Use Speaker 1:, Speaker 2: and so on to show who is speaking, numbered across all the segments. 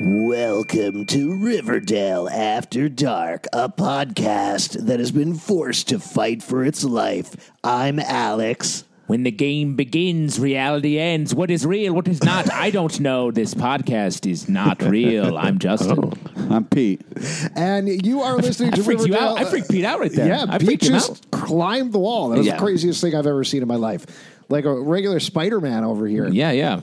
Speaker 1: Welcome to Riverdale After Dark, a podcast that has been forced to fight for its life. I'm Alex.
Speaker 2: When the game begins, reality ends. What is real? What is not? I don't know. This podcast is not real. I'm Justin.
Speaker 3: I'm Pete.
Speaker 4: And you are listening to
Speaker 2: I freaked you
Speaker 4: Riverdale.
Speaker 2: out. I freaked Pete out right there.
Speaker 4: Yeah,
Speaker 2: I
Speaker 4: Pete
Speaker 2: freaked him out.
Speaker 4: just climbed the wall. That was
Speaker 2: Yeah.
Speaker 4: the craziest thing I've ever seen in my life. Like a regular Spider Man over here.
Speaker 2: Yeah, yeah.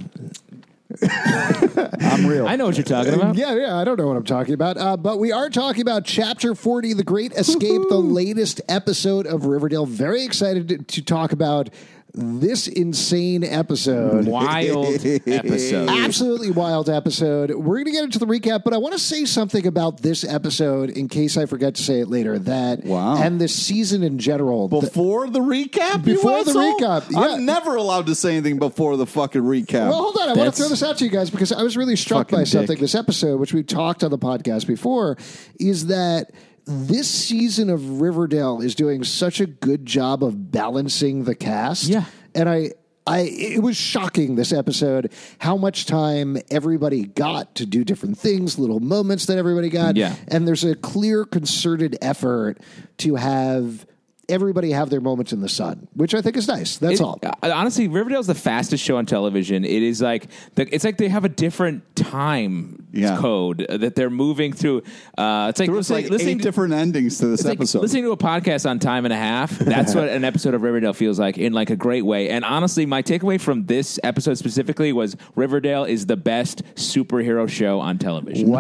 Speaker 3: I'm real.
Speaker 2: I know what you're talking about.
Speaker 4: Yeah, yeah, I don't know what I'm talking about. Uh, but we are talking about Chapter 40, The Great Escape, the latest episode of Riverdale. Very excited to, to talk about this insane episode.
Speaker 2: Wild episode.
Speaker 4: Ah, Absolutely wild episode. We're going to get into the recap, but I want to say something about this episode in case I forget to say it later. That
Speaker 3: Wow.
Speaker 4: and this season in general. The-
Speaker 3: Before the recap? you
Speaker 4: Before the
Speaker 3: asshole?
Speaker 4: recap,
Speaker 3: I'm
Speaker 4: yeah.
Speaker 3: never allowed to say anything before the fucking recap.
Speaker 4: Well, hold on. I want
Speaker 2: That's-
Speaker 4: to throw this out to you guys because I was really struck
Speaker 3: Fucking
Speaker 4: by something
Speaker 3: dick.
Speaker 4: this episode, which we talked on the podcast before, is that this season of Riverdale is doing such a good job of balancing the cast.
Speaker 2: Yeah.
Speaker 4: And I. I, it was shocking this episode how much time everybody got to do different things, little moments that everybody got.
Speaker 2: Yeah.
Speaker 4: And there's a clear, concerted effort to have everybody have their moments in the sun, which I think is nice. That's
Speaker 2: It-
Speaker 4: all.
Speaker 2: uh, Honestly, Riverdale's the fastest show on television. It is like the, it's like they have a different time
Speaker 3: Yeah.
Speaker 2: code that they're moving through. Uh, it's like, it's
Speaker 3: there was
Speaker 2: like
Speaker 3: like
Speaker 2: listening
Speaker 3: eight
Speaker 2: to-
Speaker 3: different endings to this
Speaker 2: It's like
Speaker 3: episode.
Speaker 2: listening to a podcast on time and a half. That's what an episode of Riverdale feels like in like a great way. And honestly, my takeaway from this episode specifically was Riverdale is the best superhero show on television.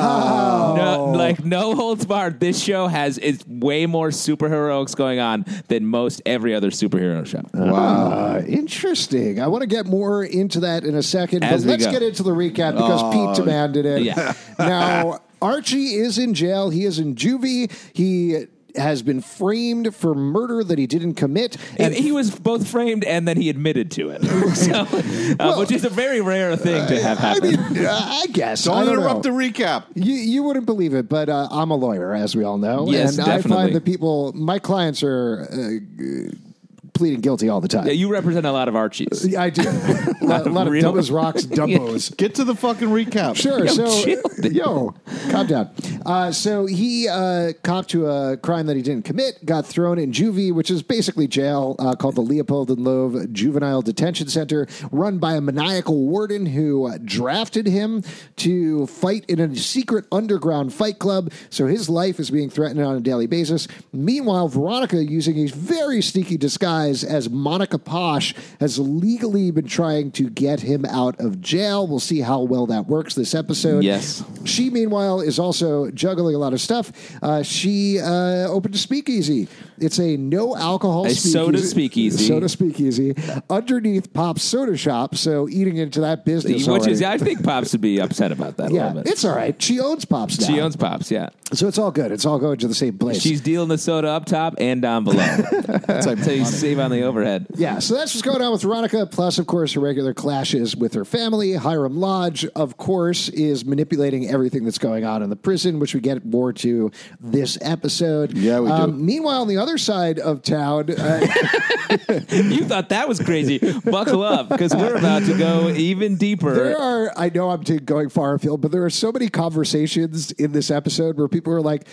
Speaker 4: Wow.
Speaker 2: No, like no holds barred. This show has it's way more superheroics going on than most every other superhero show.
Speaker 4: Uh, interesting. I want to get more into that in a second,
Speaker 2: As
Speaker 4: but
Speaker 2: we
Speaker 4: let's
Speaker 2: go. Oh,
Speaker 4: get into the recap because Pete demanded it.
Speaker 2: Yeah.
Speaker 4: now, Archie is in jail. He is in juvie. He has been framed for murder that he didn't commit.
Speaker 2: And he was both framed and then he admitted to it, so, uh, which is a very rare thing to have
Speaker 4: I
Speaker 2: happen.
Speaker 4: mean, uh, I guess.
Speaker 3: Don't
Speaker 4: I don't
Speaker 3: interrupt
Speaker 4: know.
Speaker 3: the recap.
Speaker 4: You, you wouldn't believe it, but uh, I'm a lawyer, as we all know.
Speaker 2: Yes,
Speaker 4: and I
Speaker 2: definitely.
Speaker 4: find that people, my clients are uh, pleading guilty all the time.
Speaker 2: you represent a lot of Archies.
Speaker 4: I do. a lot, a lot of
Speaker 2: Real-
Speaker 4: dumb as rocks, dumbos.
Speaker 3: Get to the fucking recap.
Speaker 4: Sure. so, uh,
Speaker 2: chill, dude.
Speaker 4: yo, calm down. Uh, so he uh, copped to a crime that he didn't commit, got thrown in juvie, which is basically jail, uh, called the Leopold and Loeb Juvenile Detention Center, run by a maniacal warden who uh, drafted him to fight in a secret underground fight club. So his life is being threatened on a daily basis. Meanwhile, Veronica, using a very sneaky disguise as Monica Posh, has legally been trying to get him out of jail. We'll see how well that works this episode.
Speaker 2: Yes.
Speaker 4: She, meanwhile, is also juggling a lot of stuff. Uh, she uh, opened a speakeasy. It's a no alcohol
Speaker 2: A soda speakeasy.
Speaker 4: Soda speakeasy underneath Pop's Soda Shop. So eating into that business,
Speaker 2: Which
Speaker 4: already.
Speaker 2: is, I think Pops would be upset about that a
Speaker 4: yeah,
Speaker 2: little bit.
Speaker 4: it's all right. She owns Pop's now,
Speaker 2: She owns Pops, yeah.
Speaker 4: so it's all good. It's all going to the same place.
Speaker 2: She's dealing the soda up top and down below. That's how you save on the overhead.
Speaker 4: Yeah, so that's what's going on with Veronica. Plus, of course, her regular clashes with her family. Hiram Lodge, of course, is manipulating everything that's going on in the prison, which we get more to this episode. Um,
Speaker 3: Yeah, we do.
Speaker 4: Meanwhile, on the other side of town, uh,
Speaker 2: You thought that was crazy. Buckle up, because we're about to go even
Speaker 4: there
Speaker 2: deeper.
Speaker 4: are, I know I'm t- going far afield, but there are so many conversations in this episode where people are like,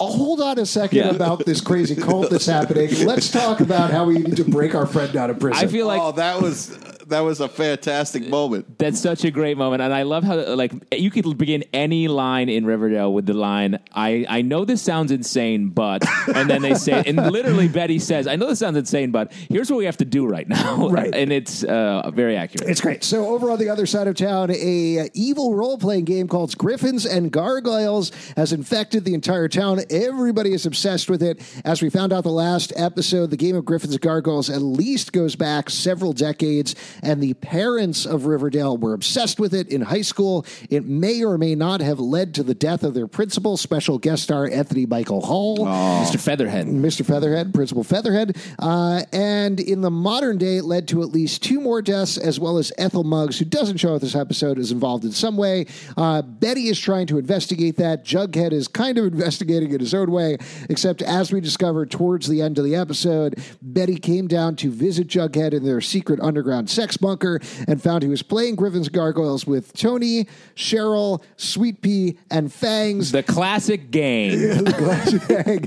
Speaker 4: "Oh, hold on a second
Speaker 2: Yeah.
Speaker 4: about this crazy cult that's happening. Let's talk about how we need to break our friend out of prison.
Speaker 2: I feel like
Speaker 3: oh, that was that was a fantastic moment.
Speaker 2: That's such a great moment, and I love how like you could begin any line in Riverdale with the line "I I know this sounds insane, but," and then they say, and literally Betty says, "I know this sounds insane, but here's what we have to do right now."
Speaker 4: Right.
Speaker 2: and it's uh, very accurate.
Speaker 4: It's great. So over on the other side of town, a uh, evil role playing game called Griffins and Gargoyles has infected the entire town. Everybody is obsessed with it. As we found out the last episode, the game of Griffins and Gargoyles at least goes back several decades, and the parents of Riverdale were obsessed with it in high school. It may or may not have led to the death of their principal, special guest star Anthony Michael Hall.
Speaker 2: Mr. Featherhead.
Speaker 4: Mr. Featherhead, Principal Featherhead. Uh, and in the modern day, it led to at least two more deaths, as well as Ethel Muggs, who doesn't show up this episode, is involved in some way. Uh, Betty is trying to investigate that. Jughead is kind of investigating it his own way, except as we discovered towards the end of the episode, Betty came down to visit Jughead in their secret underground sex bunker and found he was playing Griffin's Gargoyles with Tony, Cheryl, Sweet Pea, and Fangs.
Speaker 2: The classic game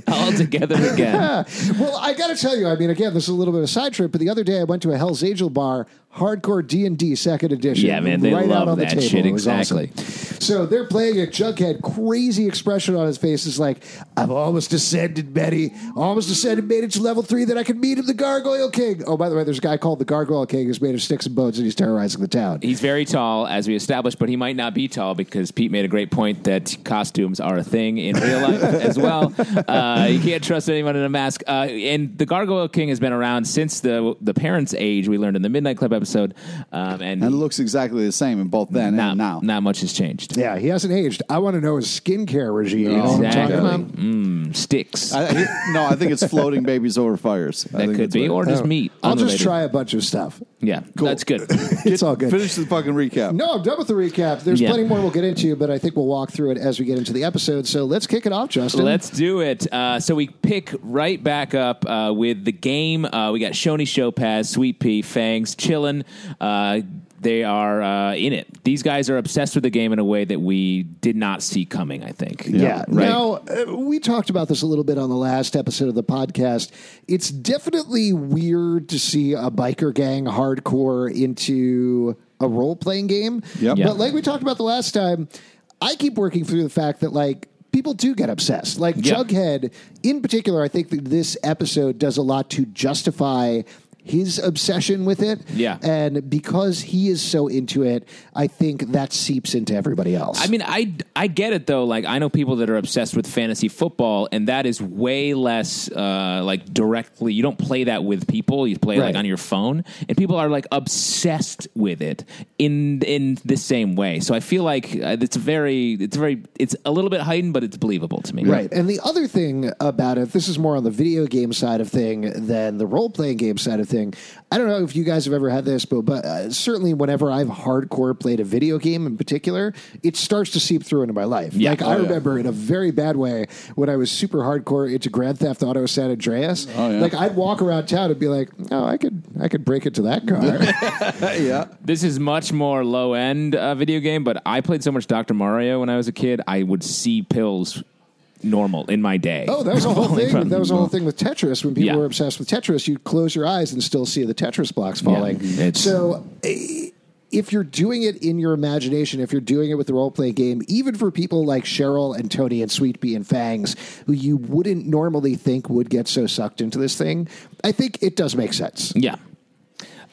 Speaker 2: all together again.
Speaker 4: Yeah. well, I got to tell you, I mean, again, this is a little bit of a side trip, but the other day I went to a Hell's Angel bar, hardcore D and D second edition.
Speaker 2: Yeah, man, they
Speaker 4: right out
Speaker 2: love
Speaker 4: on the
Speaker 2: that
Speaker 4: table.
Speaker 2: shit
Speaker 4: It was awesome.
Speaker 2: exactly.
Speaker 4: So they're playing a Jughead, crazy expression on his face. It's like, I've almost ascended, Betty. Almost ascended, made it to level three that I can meet him, the Gargoyle King. Oh, by the way, there's a guy called the Gargoyle King who's made of sticks and bones, and he's terrorizing the town.
Speaker 2: He's very tall, as we established, but he might not be tall because Pete made a great point that costumes are a thing in real life as well. Uh, you can't trust anyone in a mask. Uh, and the Gargoyle King has been around since the the parents' age. We learned in the Midnight Club episode, um, and,
Speaker 3: And it looks exactly the same in both then
Speaker 2: not,
Speaker 3: and now.
Speaker 2: not much has changed.
Speaker 4: Yeah, he hasn't aged. I want to know his skincare regime. You know what I'm
Speaker 2: Exactly.
Speaker 4: talking about?
Speaker 2: Mm, sticks
Speaker 3: I, I- no, I think it's floating babies over fires. I
Speaker 2: that
Speaker 3: think
Speaker 2: could
Speaker 3: that's
Speaker 2: be,
Speaker 3: what
Speaker 2: or
Speaker 3: it-
Speaker 2: just meat.
Speaker 4: I'll just
Speaker 2: unrelated.
Speaker 4: try a bunch of stuff.
Speaker 2: Yeah, that's good.
Speaker 4: It's all good.
Speaker 3: Finish the fucking recap.
Speaker 4: No, I'm done with the recap. There's
Speaker 2: Yeah.
Speaker 4: plenty more we'll get into, but I think we'll walk through it as we get into the episode. So let's kick it off, Justin.
Speaker 2: Let's do it. Uh, so we pick right back up uh, with the game. Uh, we got Shoney Chopaz, Sweet Pea, Fangs, Chillin. Uh, they are uh, in it. These guys are obsessed with the game in a way that we did not see coming, I think.
Speaker 4: yeah.
Speaker 2: Right.
Speaker 4: Now, uh, we talked about this a little bit on the last episode of the podcast. It's definitely weird to see a biker gang hardcore into a role playing game.
Speaker 3: Yep.
Speaker 2: Yeah.
Speaker 4: But like we talked about the last time, I keep working through the fact that, like, People do get obsessed. Like
Speaker 2: Yeah.
Speaker 4: Jughead, in particular, I think that this episode does a lot to justify his obsession with it.
Speaker 2: Yeah.
Speaker 4: And because he is so into it, I think that seeps into everybody else.
Speaker 2: I mean, I, I get it though. Like, I know people that are obsessed with fantasy football, and that is way less uh, like directly. You don't play that with people. You play
Speaker 4: Right.
Speaker 2: like on your phone, and people are like obsessed with it in in the same way. So I feel like uh, it's very, it's very, it's a little bit heightened, but it's believable to me.
Speaker 4: Right. And the other thing about it, this is more on the video game side of thing than the role playing game side of thing. I don't know if you guys have ever had this, but, but uh, certainly whenever I've hardcore played a video game in particular, it starts to seep through into my life.
Speaker 2: Yeah.
Speaker 4: Like,
Speaker 2: Oh,
Speaker 4: I
Speaker 2: yeah.
Speaker 4: remember in a very bad way when I was super hardcore into Grand Theft Auto San Andreas.
Speaker 3: Oh, yeah.
Speaker 4: Like, I'd walk around town and be like, oh, I could, I could break into that car.
Speaker 3: yeah.
Speaker 2: This is much more low end uh, video game, but I played so much Doctor Mario when I was a kid. I would see pills normal in my day.
Speaker 4: oh, that was a whole
Speaker 2: Only
Speaker 4: thing.
Speaker 2: from-
Speaker 4: That was a whole thing with Tetris. When people
Speaker 2: Yeah.
Speaker 4: were obsessed with Tetris, you'd close your eyes and still see the Tetris blocks falling.
Speaker 2: Yeah, it's-
Speaker 4: So eh, if you're doing it in your imagination, if you're doing it with the role playing game, even for people like Cheryl and Tony and Sweet Pea and Fangs, who you wouldn't normally think would get so sucked into this thing, I think it does make sense.
Speaker 2: yeah.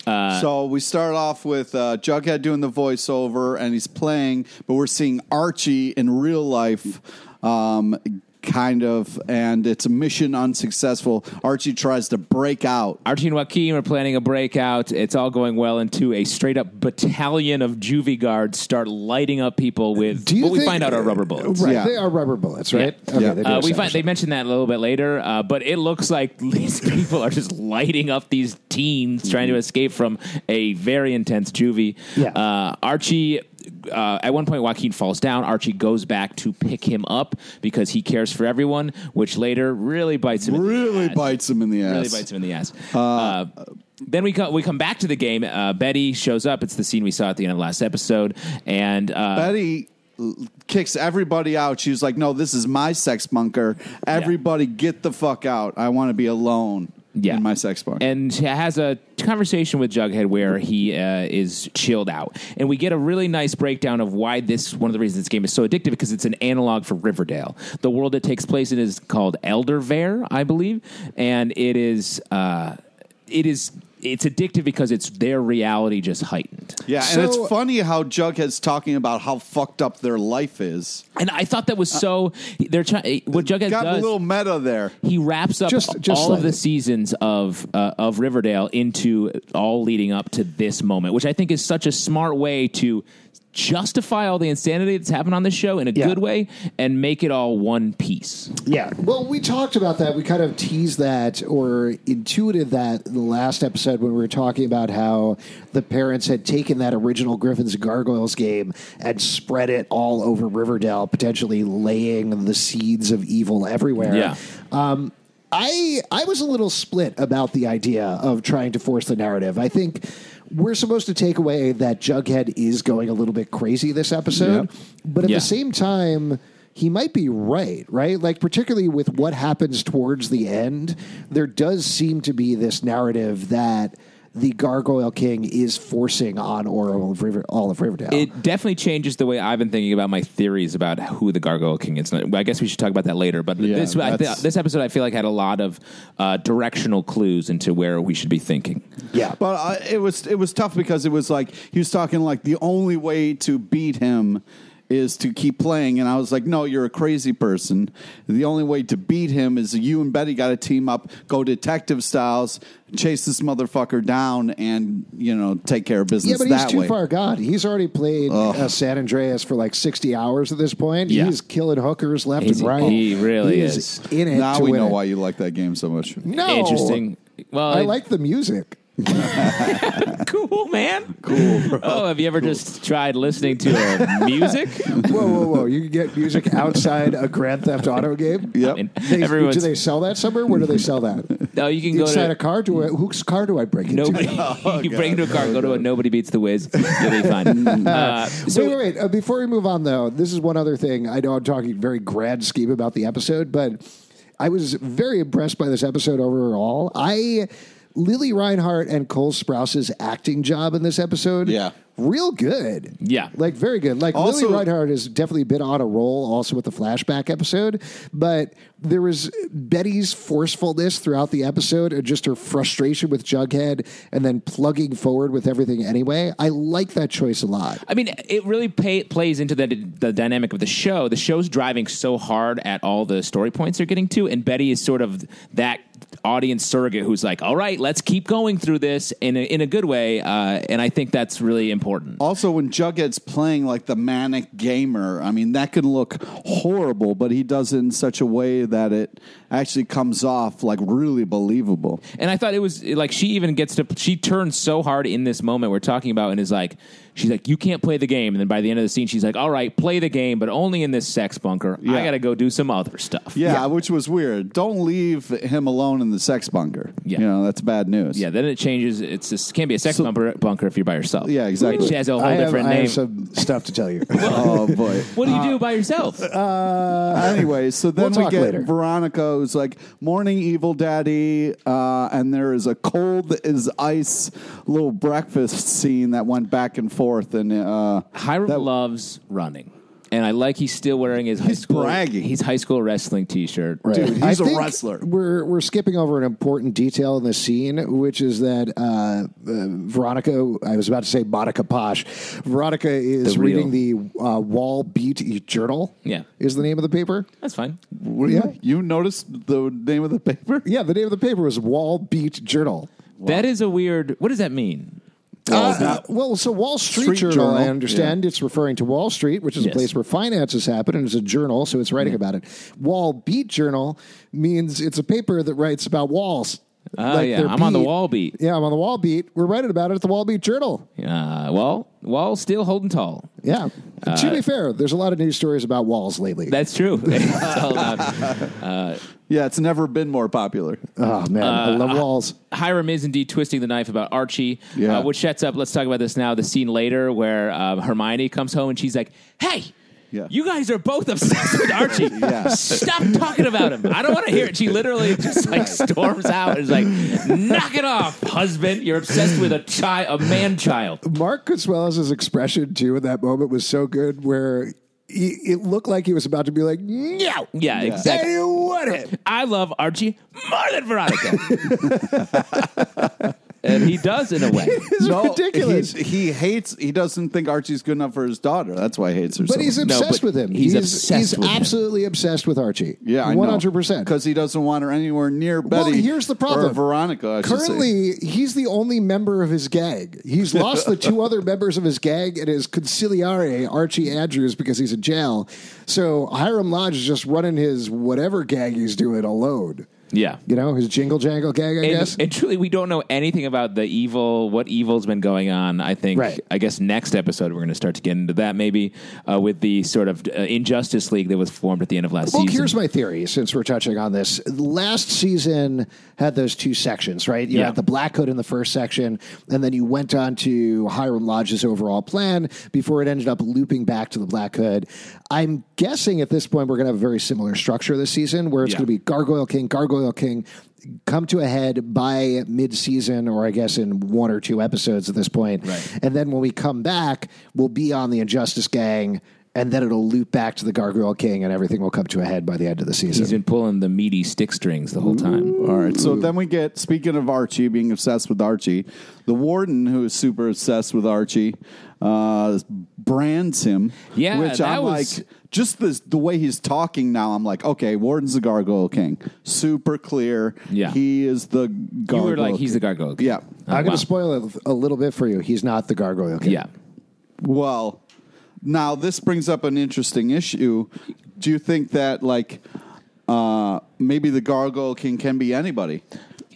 Speaker 2: Uh,
Speaker 3: so we start off with uh, Jughead doing the voiceover, and he's playing, but we're seeing Archie in real life. Um, Kind of, and it's a mission unsuccessful. Archie tries to break out.
Speaker 2: Archie and Joaquin are planning a breakout. It's all going well until a straight up battalion of juvie guards start lighting up people with
Speaker 4: Do you
Speaker 2: what we
Speaker 4: think-
Speaker 2: find out are rubber bullets.
Speaker 4: Right.
Speaker 3: Yeah.
Speaker 4: They are rubber bullets, right?
Speaker 2: Yeah.
Speaker 3: Yeah.
Speaker 4: they do
Speaker 2: Uh, we find
Speaker 4: establish
Speaker 2: they mentioned that a little bit later, uh, but it looks like these people are just lighting up these teens trying to escape from a very intense juvie.
Speaker 4: Mm-hmm. Yeah.
Speaker 2: Uh, Archie. Uh, at one point, Joaquin falls down. Archie goes back to pick him up because he cares for everyone, which later really bites him. in the
Speaker 3: Really
Speaker 2: ass
Speaker 3: bites him in the ass.
Speaker 2: really bites him in the ass. Uh, then we come, we come back to the game. Uh, Betty shows up. It's the scene we saw at the end of last episode, and uh,
Speaker 3: Betty l- kicks everybody out. She's like, "No, this is my sex bunker. Everybody, get the fuck out. I want to be alone."
Speaker 2: Yeah.
Speaker 3: in my sex bar.
Speaker 2: and has a conversation with Jughead where he uh, is chilled out, and we get a really nice breakdown of why this one of the reasons this game is so addictive because it's an analog for Riverdale. The world it takes place in is called Eldervale, I believe, and it is uh, it is it's addictive because it's their reality just heightened.
Speaker 3: yeah,
Speaker 4: So-
Speaker 3: and it's funny how Jughead's talking about how fucked up their life is.
Speaker 2: And I thought that was so. They're trying. What Jughead
Speaker 3: Got
Speaker 2: does,
Speaker 3: a little meta there.
Speaker 2: he wraps up
Speaker 4: Just- just
Speaker 2: all of the
Speaker 4: slightly.
Speaker 2: seasons of uh, of Riverdale into all leading up to this moment, which I think is such a smart way to justify all the insanity that's happened on this show in a
Speaker 4: Yeah.
Speaker 2: good way and make it all one piece.
Speaker 4: Yeah. Well, we talked about that. We kind of teased that or intuited that in the last episode when we were talking about how the parents had taken that original Griffins and Gargoyles game and spread it all over Riverdale, potentially laying the seeds of evil everywhere.
Speaker 2: Yeah.
Speaker 4: Um, I I was a little split about the idea of trying to force the narrative. I think we're supposed to take away that Jughead is going a little bit crazy this episode, but at
Speaker 2: Yeah.
Speaker 4: the same time, he might be right, right? Like particularly with what happens towards the end, there does seem to be this narrative that the Gargoyle King is forcing on Oral of River, all of Riverdale.
Speaker 2: It definitely changes the way I've been thinking about my theories about who the Gargoyle King is. I guess we should talk about that later. But
Speaker 3: Yeah,
Speaker 2: this I th-
Speaker 3: that's-
Speaker 2: this episode, I feel like had a lot of uh, directional clues into where we should be thinking.
Speaker 4: yeah.
Speaker 3: But uh, it was it was tough because it was like he was talking like the only way to beat him is to keep playing, and I was like, no, you're a crazy person. The only way to beat him is you and Betty got to team up, go detective styles, chase this motherfucker down, and you know take care of business
Speaker 4: Yeah, but
Speaker 3: that
Speaker 4: he's too
Speaker 3: way.
Speaker 4: far gone. He's already played uh, San Andreas for like sixty hours at this point.
Speaker 2: Yeah.
Speaker 4: He's killing hookers left
Speaker 2: He's-
Speaker 4: and right.
Speaker 2: he really
Speaker 4: He
Speaker 2: is.
Speaker 4: in it.
Speaker 3: Now
Speaker 4: to
Speaker 3: we
Speaker 4: win
Speaker 3: know
Speaker 4: it.
Speaker 3: why you like that game so much.
Speaker 4: No,
Speaker 2: Interesting. Well,
Speaker 4: Oh. I
Speaker 2: it-
Speaker 4: like the music.
Speaker 2: cool, man. Cool. Oh, have you ever just tried listening to uh, music?
Speaker 4: Whoa, whoa, whoa! You can get music outside a Grand Theft Auto game.
Speaker 3: Yep.
Speaker 2: I mean,
Speaker 4: They, do
Speaker 2: everyone's-
Speaker 4: they sell that somewhere? Where do they sell that?
Speaker 2: No, you can go
Speaker 4: Inside
Speaker 2: to
Speaker 4: a car? Oh, Do I, whose car do I break into?
Speaker 2: nobody. you break into a car, go to a nobody beats the whiz. You'll be fine. Uh, so
Speaker 4: wait, wait, wait. Uh, before we move on, though, this is one other thing. I know I'm talking very grand scheme about the episode, but I was very impressed by this episode overall. I Lily Reinhart and Cole Sprouse's acting job in this episode,
Speaker 3: Yeah.
Speaker 4: real good.
Speaker 2: Yeah.
Speaker 4: like very good. Like
Speaker 3: Also-
Speaker 4: Lily Reinhart has definitely been on a roll, also with the flashback episode. But there was Betty's forcefulness throughout the episode, and just her frustration with Jughead, and then plugging forward with everything anyway. I like that choice a lot.
Speaker 2: I mean, it really pay, plays into the the dynamic of the show. The show's driving so hard at all the story points they're getting to, and Betty is sort of that audience surrogate who's like, "All right, let's keep going through this in a, in a good way," uh, and I think that's really important.
Speaker 3: Also, when Jughead's playing like the manic gamer, I mean, that can look horrible, but he does it in such a way that it actually comes off like really believable.
Speaker 2: And I thought it was like she even gets to she turns so hard in this moment we're talking about and is like she's like you can't play the game and then by the end of the scene she's like all right play the game but only in this sex bunker I
Speaker 3: Yeah.
Speaker 2: got to go do some other stuff.
Speaker 3: Yeah, which was weird. Don't leave him alone in the sex bunker.
Speaker 2: Yeah.
Speaker 3: You know, that's bad news.
Speaker 2: Yeah, then it changes it's this can't be a sex bunker bunker if you're by yourself.
Speaker 3: Yeah, exactly.
Speaker 2: She has a whole
Speaker 4: I have-
Speaker 2: different
Speaker 4: I have
Speaker 2: name.
Speaker 4: some uh, stuff to tell you.
Speaker 3: Oh, boy. Uh,
Speaker 2: what do you do by yourself? Uh,
Speaker 3: anyway, so then
Speaker 4: We'll
Speaker 3: we
Speaker 4: talk
Speaker 3: get
Speaker 4: later.
Speaker 3: Veronica who's like, Morning, evil daddy. Uh, and there is a cold as ice little breakfast scene that went back and forth. And uh,
Speaker 2: Hiram
Speaker 3: that-
Speaker 2: loves running. And I like he's still wearing his high school
Speaker 3: bragging.
Speaker 2: his high school wrestling t-shirt.
Speaker 3: Dude,
Speaker 4: I
Speaker 3: he's a
Speaker 4: think
Speaker 3: wrestler.
Speaker 4: We're we're skipping over an important detail in the scene, which is that uh, uh, Veronica. I was about to say Monica Posh. Veronica is
Speaker 2: The real-
Speaker 4: reading the uh, Wall Beat Journal.
Speaker 2: Yeah.
Speaker 4: is the name of the paper.
Speaker 2: That's fine.
Speaker 3: What do you- You noticed the name of the paper?
Speaker 4: Yeah, the name of the paper was Wall Beat Journal.
Speaker 2: That is a weird What does that mean? Oh,
Speaker 4: Uh, well, so Wall Street,
Speaker 3: Street
Speaker 4: Journal,
Speaker 3: Journal.
Speaker 4: I understand it's referring to Wall Street, which is
Speaker 2: Yes. Mm-hmm.
Speaker 4: a place where finances happen, and it's a journal, so it's writing about it. Wall Beat Journal means it's a paper that writes about walls.
Speaker 2: Oh
Speaker 4: Like
Speaker 2: yeah,
Speaker 4: their
Speaker 2: I'm on the
Speaker 4: beat.
Speaker 2: wall beat.
Speaker 4: Yeah, I'm on the Wall Beat. We're writing about it at the Wall Beat Journal.
Speaker 2: Uh, well, wall still holding tall.
Speaker 4: Yeah.
Speaker 2: Uh,
Speaker 4: to be fair, there's a lot of news stories about walls lately.
Speaker 2: That's true. uh, It's all about-
Speaker 3: Yeah, it's never been more popular.
Speaker 4: oh man, I
Speaker 2: uh,
Speaker 4: love walls.
Speaker 2: Hiram is indeed twisting the knife about Archie,
Speaker 3: Yeah.
Speaker 2: uh, which sets up. Let's talk about this now. The scene later where uh, Hermione comes home and she's like, "Hey,
Speaker 3: Yeah.
Speaker 2: You guys are both obsessed with Archie. Stop talking about him. I don't want to hear it. She literally just like storms out and is like, knock it off, husband. You're obsessed with a child, a man child.
Speaker 4: Mark Consuelos' expression too in that moment was so good, where he, it looked like he was about to be like, "No,
Speaker 2: Yeah,
Speaker 4: say
Speaker 2: exactly.
Speaker 4: you wouldn't."
Speaker 2: I love Archie more than Veronica. and he does in a way.
Speaker 4: It's ridiculous.
Speaker 3: He, he hates. He doesn't think Archie's good enough for his daughter. That's why he hates her. so
Speaker 4: but he's
Speaker 3: much.
Speaker 2: No,
Speaker 4: obsessed
Speaker 2: but
Speaker 4: with him.
Speaker 2: he's obsessed
Speaker 4: He's
Speaker 2: with him.
Speaker 4: absolutely obsessed with Archie.
Speaker 3: yeah, I know.
Speaker 4: one hundred percent.
Speaker 3: because he doesn't want her anywhere near Betty.
Speaker 4: Well, here's the problem.
Speaker 3: Or Veronica. I should say.
Speaker 4: Currently, he's the only member of his gang. He's lost the two other members of his gang and his conciliare, Archie Andrews, because he's in jail. So Hiram Lodge is just running his whatever gang he's doing alone.
Speaker 2: Yeah.
Speaker 4: You know, his jingle jangle gang, I
Speaker 2: And,
Speaker 4: guess.
Speaker 2: and truly, we don't know anything about the evil, what evil's been going on. I think,
Speaker 4: Right.
Speaker 2: I guess next episode we're going to start to get into that maybe uh, with the sort of uh, Injustice League that was formed at the end of last
Speaker 4: well,
Speaker 2: season.
Speaker 4: here's my theory since we're touching on this. Last season had those two sections, right? You
Speaker 2: Yeah.
Speaker 4: had the Black Hood in the first section, and then you went on to Hiram Lodge's overall plan before it ended up looping back to the Black Hood. I'm guessing at this point we're going to have a very similar structure this season where it's
Speaker 2: Yeah.
Speaker 4: going to be Gargoyle King, Gargoyle King. Come to a head by mid season, or I guess in one or two episodes at this point.
Speaker 2: Right.
Speaker 4: And then when we come back, we'll be on the Injustice Gang, and then it'll loop back to the Gargoyle King, and everything will come to a head by the end of the
Speaker 2: He's
Speaker 4: season.
Speaker 2: been pulling the meaty stick strings the whole time.
Speaker 3: All right. So then we get speaking of Archie being obsessed with Archie, the warden who is super obsessed with Archie uh, brands him.
Speaker 2: Yeah,
Speaker 3: which
Speaker 2: that
Speaker 3: I'm
Speaker 2: was-
Speaker 3: like, just the the way he's talking now, I'm like, okay, warden's the Gargoyle King, super clear.
Speaker 2: Yeah.
Speaker 3: he is the Gargoyle.
Speaker 2: You were like,
Speaker 3: King.
Speaker 2: he's the gargoyle.
Speaker 3: yeah.
Speaker 4: I'm
Speaker 2: wow.
Speaker 4: going to spoil it a little bit for you. He's not the Gargoyle King.
Speaker 2: Yeah.
Speaker 3: Well, now this brings up an interesting issue. Do you think that like uh, maybe the Gargoyle King can be anybody?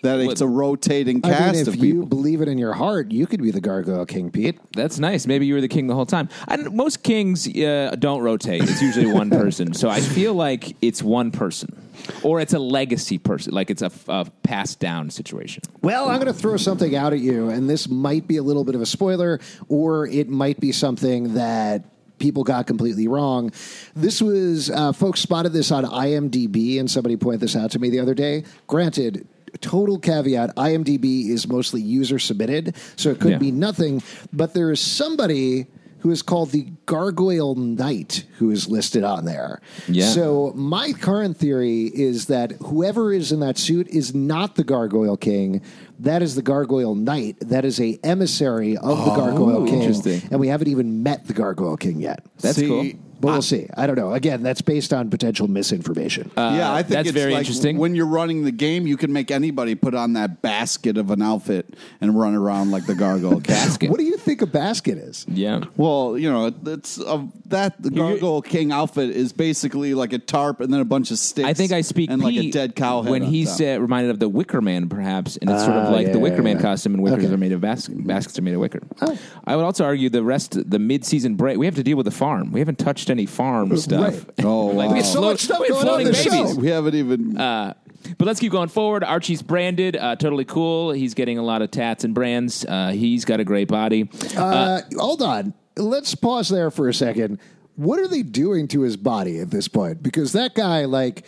Speaker 3: That it's a rotating
Speaker 4: I mean,
Speaker 3: cast
Speaker 4: if
Speaker 3: of
Speaker 4: you
Speaker 3: people.
Speaker 4: believe it in your heart, you could be the Gargoyle King, Pete.
Speaker 2: That's nice. Maybe you were the king the whole time. I, don't- most kings uh, don't rotate. It's usually one person. So I feel like it's one person, or it's a legacy person, like it's a, a passed down situation.
Speaker 4: Well, I'm going to throw something out at you, and this might be a little bit of a spoiler, or it might be something that people got completely wrong. This was, uh, folks spotted this on IMDb, and somebody pointed this out to me the other day. Granted, total caveat IMDb is mostly user submitted, so it could
Speaker 2: Yeah.
Speaker 4: be nothing, but there is somebody. Who is called the Gargoyle Knight, who is listed on there.
Speaker 2: Yeah.
Speaker 4: So my current theory is that whoever is in that suit is not the Gargoyle King. That is the Gargoyle Knight. That is a emissary of the Gargoyle King.
Speaker 2: Oh, interesting.
Speaker 4: And we haven't even met the Gargoyle King yet.
Speaker 2: That's
Speaker 3: See,
Speaker 2: cool.
Speaker 4: but we'll see. I don't know. Again, that's based on potential misinformation.
Speaker 2: Uh,
Speaker 3: yeah, I think
Speaker 2: that's
Speaker 3: it's
Speaker 2: very
Speaker 3: like
Speaker 2: interesting.
Speaker 3: When you're running the game, you can make anybody put on that basket of an outfit and run around like the gargoyle cat.
Speaker 2: Basket.
Speaker 4: what do you think a basket is?
Speaker 2: yeah.
Speaker 3: Well, you know, it's uh, that the gargoyle king outfit is basically like a tarp and then a bunch of sticks.
Speaker 2: I think I speak
Speaker 3: and like a
Speaker 2: Pete
Speaker 3: dead cow head
Speaker 2: when
Speaker 3: on
Speaker 2: he
Speaker 3: top.
Speaker 2: said reminded of the Wicker Man, perhaps, and it's sort of
Speaker 4: Ah,
Speaker 2: like
Speaker 4: yeah,
Speaker 2: the Wicker
Speaker 4: yeah,
Speaker 2: Man
Speaker 4: yeah.
Speaker 2: costume, and wickers
Speaker 4: Okay.
Speaker 2: are made of baskets. Baskets are made of wicker.
Speaker 3: Oh.
Speaker 2: I would also argue the rest, the mid-season break, we have to deal with the farm. We haven't touched any farm stuff.
Speaker 3: Oh,
Speaker 2: like
Speaker 3: wow.
Speaker 2: we had
Speaker 3: So
Speaker 2: float-
Speaker 4: much stuff
Speaker 2: we had
Speaker 4: going on
Speaker 2: floating
Speaker 4: in the show.
Speaker 2: babies.
Speaker 3: we haven't even.
Speaker 2: Uh, but let's keep going forward. Archie's branded, uh, totally cool. He's getting a lot of tats and brands. Uh, he's got a great body.
Speaker 4: Uh, hold on. Let's pause there for a second. What are they doing to his body at this point? Because that guy, like,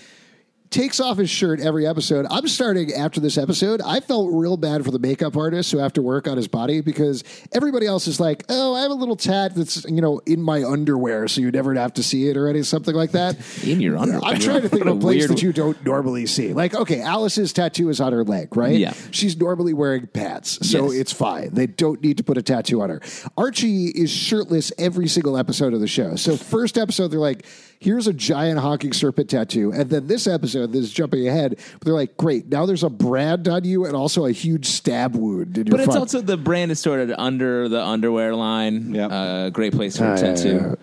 Speaker 4: takes off his shirt every episode. I'm starting after this episode. I felt real bad for the makeup artist who have to work on his body because everybody else is like, oh, I have a little tat that's, you know, in my underwear, so you never have to see it or any something like that.
Speaker 2: In your underwear.
Speaker 4: I'm trying to think
Speaker 2: What
Speaker 4: of
Speaker 2: a
Speaker 4: a place
Speaker 2: weird-
Speaker 4: that you don't normally see. Like, okay, Alice's tattoo is on her leg, right?
Speaker 2: Yeah.
Speaker 4: She's normally wearing pants, so
Speaker 2: Yes.
Speaker 4: it's fine. They don't need to put a tattoo on her. Archie is shirtless every single episode of the show. So first episode, they're like, "Here's a giant honking serpent tattoo," and then this episode, this is jumping ahead, but they're like, "Great, now there's a brand on you and also a huge stab wound in your."
Speaker 2: but it's
Speaker 4: front."
Speaker 2: also the brand is sort of under the underwear line.
Speaker 3: Yep.
Speaker 2: Uh, great place for a
Speaker 4: yeah,
Speaker 2: tattoo.